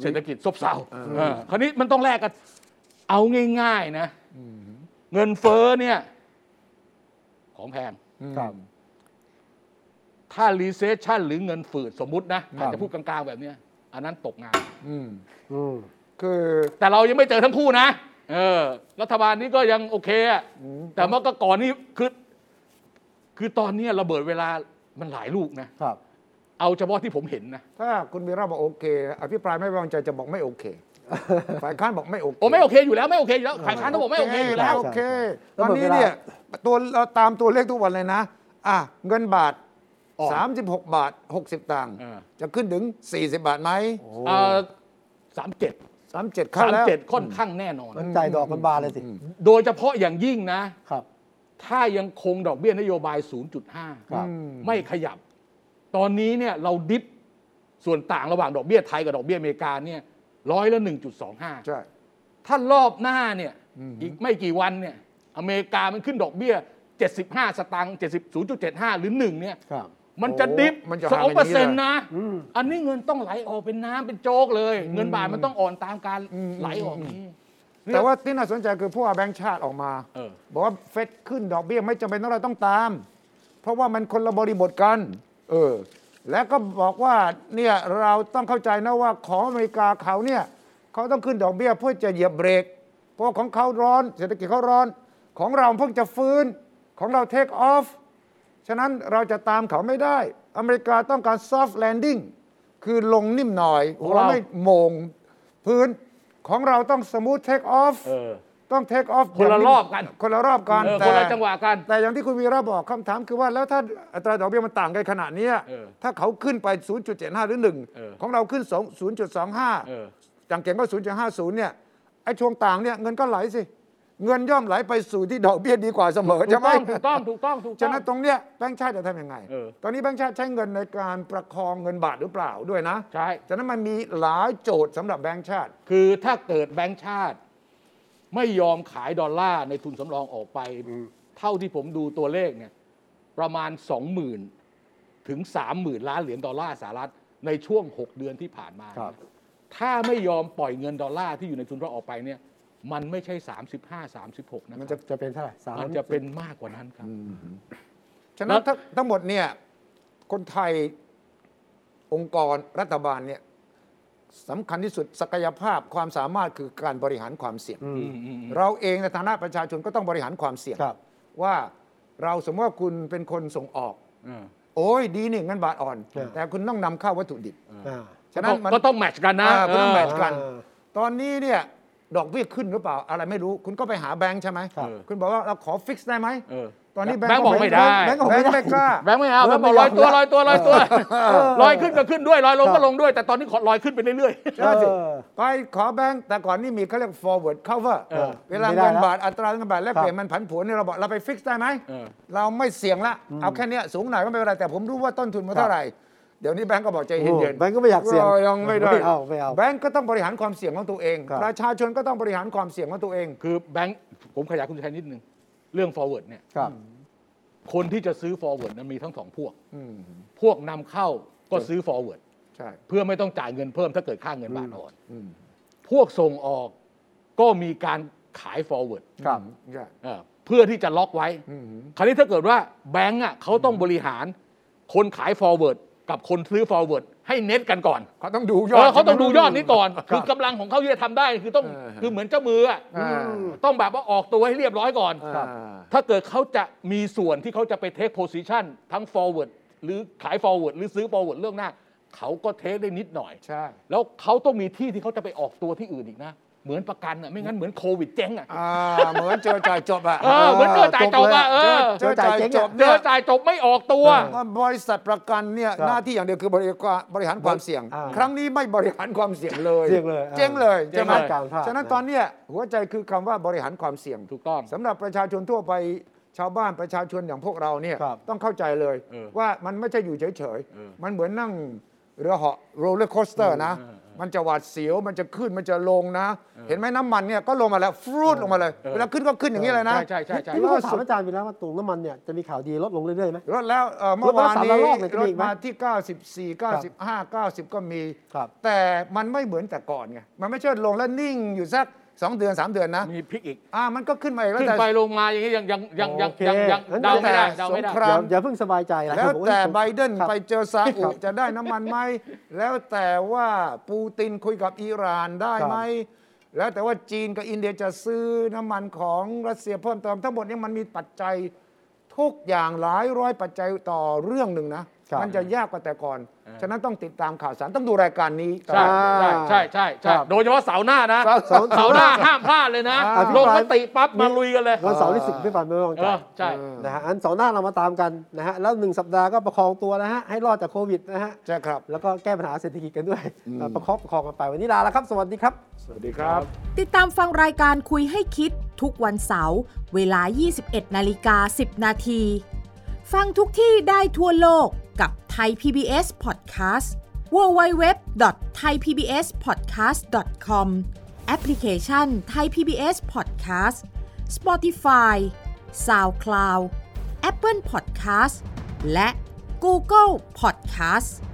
เศรษฐกิจซบเซาเออคราวนี้มันต้องแลกกันเอาง่าย ๆ นะเงินเฟ้อเนี่ย ของแพง ครับ ถ้า recession หรือเงินฝืดสมมตินะ ครั อาจ บ จะพูดกลางๆแบบเนี้ยอันนั้นตกงาน อืม คือ แต่เรายังไม่เจอทั้งคู่นะ เออ รัฐบาลนี้ก็ยังโอเคอะแต่เมื่อก็ก่อนนี้คือ คือตอนเนี้ยระเบิดเวลามันหลายลูกนะ ครับ เอาเฉพาะที่ผมเห็นนะ ถ้าคุณวีระบอกโอเค อภิปรายไม่ไว้วางใจจะบอกไม่โอ เค ฝ่ายค้านบอกไม่โอเค โอ้ไม่โอเคอยู่แล้วไม่โอเคอยู่แล้วฝ่ายค้านต้องบอกไม่โอเคอยู่แล้ว โอเค แล้ว วันนี้เนี่ยตัวเราตามตัวเลขทุกวันเลยนะ อ่ะ เงินบาท ออก 36 บาท 60 ตังค์ เออ จะขึ้นถึง 40 บาทไหม สามเจ็ด 37 สา ขั้มนแล้ว เจ็ดค่อนข้างแน่นอน มันใจายดอกกันบานเลยสิ โดยเฉพาะอย่างยิ่งนะ ครับ ถ้ายังคงดอกเบี้ยนโยบาย 0.5 ครับ ไม่ขยับ ตอนนี้เนี่ยเราดิฟส่วนต่างระหว่างดอกเบี้ยไทยกับดอกเบี้ยอเมริกาเนี่ยร้อยละ 1.25 ใช่ ถ้ารอบหน้าเนี่ยอีกไม่กี่วันเนี่ยอเมริกามันขึ้นดอกเบี้ย 75 สตังค์70 0.75 หรือ 1 เนี่ย ครับ มันจะดิฟ โอ้มันจะ ส หา อง เป็นอ เปอย่าง ร์เซ็นี้เล น ย ต์นะ อืม อันนี้เงินต้องไหลออกเป็นน้ำเป็นโจกเลย เงินบาทมันต้องอ่อนตามการไหลออกนี้ แต่ว่าที่น่าสนใจคือผู้ว่าแบงค์ชาติออกมา เออ บอกว่าเฟดขึ้นดอกเบี้ยไม่จำเป็นต้องเราต้องตาม เพราะว่ามันคนละบริบทกัน เออ แล้วก็บอกว่าเนี่ยเราต้องเข้าใจนะว่าของอเมริกาเขาเนี่ยเขาต้องขึ้นดอกเบี้ยเพื่อจะเหยียบเบรก เพราะของเขาร้อน เศรษฐกิจเขาร้อน ของเราเพิ่งจะฟื้นของเราเทคออฟ ฉะนั้นเราจะตามเขาไม่ได้ อเมริกาต้องการ soft landing คือลงนิ่มหน่อย ของ หัว เรา ไม่โหมงพื้นของเราต้อง smooth take off เออ ต้อง take off คนละรอบกัน คนละรอบกัน เออ แต่ คนละจังหวะกัน แต่อย่างที่คุณวีระบอกคำถามคือว่าแล้วถ้าอัตราดอกเบี้ยมันต่างกันขนาดเนี้ย เออ ถ้าเขาขึ้นไป 0.75 หรือ เออ 1 ของเราขึ้น เออ 0.25อย่างเก่งก็ 0.50 เนี่ยไอ้ช่วงต่างเนี่ยเงินก็ไหลสิ เงินย่อมไหลไปสู่ที่ดอกเบี้ยดีกว่าเสมอ ถู ใช่ ก ไหม ต้องถูกต้องถูกต้องถูก ฉะ ต้ นั้ อน ง ตรงเนี้ยแบงค์ชาติจะทำยังไง เออ ตอนนี้แบงค์ชาติใช้เงินในการประคองเงินบาทหรือเปล่าด้วยนะ ใช่ ฉะนั้นมันมีหลายโจทย์สำหรับแบงค์ชาติ คือถ้าเกิดแบงก์ชาติ ไม่ยอมขายดอลลาร์ในทุนสำรองออกไป เท่าที่ผมดูตัวเลขเนี่ยประมาณ 20,000 ถึง 30,000 ล้านเหรียญดอลลาร์สหรัฐในช่วง 6 เดือนที่ผ่านมา ครับ ถ้าไม่ยอมปล่อยเงินดอลลาร์ที่อยู่ในทุนสำรองออกไปเนี่ยมันไม่ใช่ 35 36 นะค มัน รั จะ บ จะเป็นเท่าไหร่สาม มันจะเป็นมากกว่านั้นครับ ฉะนั้น แล้ว ทั้งทั้งหมดเนี่ยคนไทยองค์กรรัฐบาลเนี่ยสำคัญที่สุดศักยภาพความสามารถคือการบริหารความเสี่ยง อืมอืมอืม เราเองในฐานะประชาชนก็ต้องบริหารความเสี่ยง ครับ ว่าเราสมมติว่าคุณเป็นคนส่งออก โอ้ยดีนี่เงินบาทอ่อน ครับ แต่คุณต้องนำเข้าวัตถุดิบ อ่า ฉะนั้นมัน ก็ต้องแมทช์กันนะ อ่าก็ต้อง เ แมทช์กัน เออ ตอนนี้เนี่ยดอกเบี้ยขึ้นหรือเปล่า อะไรไม่รู้ คุณก็ไปหาแบงค์ใช่ไหม ครับ คุณบอกว่าเราขอฟิกซ์ได้ไหม เออ ตอนนี้ แบงค์บอกไม่ได้ แบงค์บอกไม่ได้แบงค์ไม่กล้า แบงค์ไม่เอา เอ แบ อง ค์บอก ไม่ ล ย อ อย ม ตัว แล้ว ลอยตัวลอยตัวลอยขึ้นก็ขึ้นด้วยลอยลง ครั ก็ บ ลงด้วย แต่ตอนนี้ขอลอยขึ้นไปเรื่อย ใช่สิ เออ ไปขอแบงค์แต่ก่อนนี่มีเขาเรียก forward cover เออ เวลา ไม่ได้ เงิน แล้ว บาทอัตราเงินบาทแลก ครับ เปลี่ยนมันผันผวนเนี่ยเราบอกเราไปฟิกซ์ได้ไหม เออ เราไม่เสี่ยงละ เอาแค่เนี้ยสูงหน่อยก็ไม่เป็นไรแต่ผมรู้ว่าต้นทุนมันเท่าไหร่ เดี๋ยวนี้แบงก์ก็บอกใจเย็น โอ้แบงก์ก็ไม่อยากเสี่ยง รยังไม่ได้ ไม่เอาไม่เอา แบงก์ก็ต้องบริหารความเสี่ยงของตัวเอง ครับ ประชาชนก็ต้องบริหารความเสี่ยงของตัวเอง ๆ คือแบงค์ผมขยายคุณชัยนิดนึง เรื่อง forward เนี่ย ครับ คนที่จะซื้อ forward นั้นมีทั้งสองพวก อืม พวกนำเข้าก็ซื้อ forward ใช่ เพื่อไม่ต้องจ่ายเงินเพิ่มถ้าเกิดค่าเงินบาทอ่อน อืม พวกส่งออกก็มีการขาย forward ครับ ใช่ เออเพื่อที่จะล็อกไว้ คราวนี้ถ้าเกิดว่าแบงก์อ่ะเขาต้องบริหารคนขาย forward กับคนซื้อ forward ให้เน็ตกันก่อน เขาต้องดูยอ เอ ด อเขาต้องดูยอดนี้ก่อน ครับ คือกำลังของเขาที่จะทำได้คือต้อง เออฮะ คือเหมือนเจ้ามืออะ อ่า ต้องแบบว่าออกตัวให้เรียบร้อยก่อน ครับ ถ้าเกิดเขาจะมีส่วนที่เขาจะไปเทคโพซิชันทั้ง forward หรือขาย forward หรือซื้อ forward เรื่องหน้า เขาก็เทคได้นิดหน่อย ใช่ แล้วเขาต้องมีที่ที่เขาจะไปออกตัวที่อื่นอีกนะ เหมือนประกันอ่ะไม่งั้นเหมือนโควิดเจ๊งอ่ะ อ่า เหมือนเจอจ่ายจบอ่ะ เออเหมือนเจอจ่ายจบอ่ะเออ เจอจ่ายเจ๊งอะ เจอจ่ายจบไม่ออกตัว บริษัทประกันเนี่ย ครับ หน้าที่อย่างเดียวคือบริการบริหารความเสี่ยง อ่า ครั้งนี้ไม่บริหารความเสี่ยงเลย เสี่ยงเลยอ่า เจ๊งเลย เจ๊ ใช่ ง ไหม เลย การพลาด ฉะนั้น นะ ตอนเนี้ยหัวใจคือคำว่าบริหารความเสี่ยง ถูกต้อง สำหรับประชาชนทั่วไปชาวบ้านประชาชนอย่างพวกเราเนี่ย ครับ ต้องเข้าใจเลย เออ ว่ามันไม่ใช่อยู่เฉย เออ ๆ มันเหมือนนั่งเรือเหาะโรลเลอร์โคสเตอร์นะ เออเออเออ มันจะหวาดเสียวมันจะขึ้นมันจะลงนะ เห็นไหมน้ำมันเนี่ยก็ลงมาแล้วฟรูดลงมาเลย เออ เวลาขึ้นก็ขึ้นอย่างนี้เลยนะ ใช่ใช่ใช่ใช่ ที่ผมถามอาจารย์ไปแล้วว่าตุงน้ำมันเนี่ยจะมีข่าวดีลดลงเรื่อยๆไหม ลดแล้วเอ่อเมื่ ลดมาวอาน สาม นี้ ละรอบเนี่ยจะ ล มี ด อีกไหม มาที่ 94 95 90 ก็มี ครับ แต่มันไม่เหมือนแต่ก่อนไง มันไม่ใช่ลงแล้วนิ่งอยู่สัก 2 เดือน 3 เดือนนะ มีพลิกอีก อ่ามันก็ขึ้นมาอีกแล้ว ขึ้น แต่ ไปลงมาอย่างนี้ยังยังยังยัง โอเค ยังยัง งั้น เดาไม่ได้ แล้วแต่ เดาไม่ได้ สงคราม อย่าอย่าเพิ่งสบายใจนะ แล้ว ผม แต่ ผม ไบเดน ครับ ไปเจอซา ค อุ รับ จะได้น้ำมันไหม แล้วแต่ว่าปูตินคุยกับอิหร่านได้ไหม แล้วแต่ว่าจีนกับอินเดียจะซื้อน้ำมันของรัสเซียเพิ่มเติมทั้งหมดเนี้มันมีปัจจัยทุกอย่างหลายร้อยปัจจัยต่อเรื่องหนึ่งนะ ครับ มันจะยากกว่าแต่ก่อน เออ ฉะนั้นต้องติดตามข่าวสารต้องดูรายการนี้ตล ใช่ อด ใช่ใช่คใช่รั ใช่ บ โดยเฉพาะเสาร์หน้านะ เสาร์เสาร์ เสาร์หน้าห้ามพลาดเลยนะ อ่า ลงมติปั๊บ มี มาลุยกันเลย วันเสาร์ที่สิบไม่ผ่านไม่วางใจ เออใช่ นะฮะอันเสาร์หน้าเรามาตามกันนะฮะแล้วหนึ่งสัปดาห์ก็ประคองตัวนะฮะให้รอดจากโควิดนะฮะ ใช่ครับ แล้วก็แก้ปัญหาเศรษฐกิจกันด้วยประคองประคองกันไปวันนี้ลาแล้วครับ สวัสดีครับ สวัสดีครับ ติดตามฟังรายการคุยให้คิดทุกวันเสาร์เวลา 21นาฬิกา10 นาที ฟังทุกที่ได้ทั่วโลกกับ ไทย PBS Podcast www.thaipbspodcast.com แอปพลิเคชัน ไทย PBS Podcast Spotify SoundCloud Apple Podcast และ Google Podcast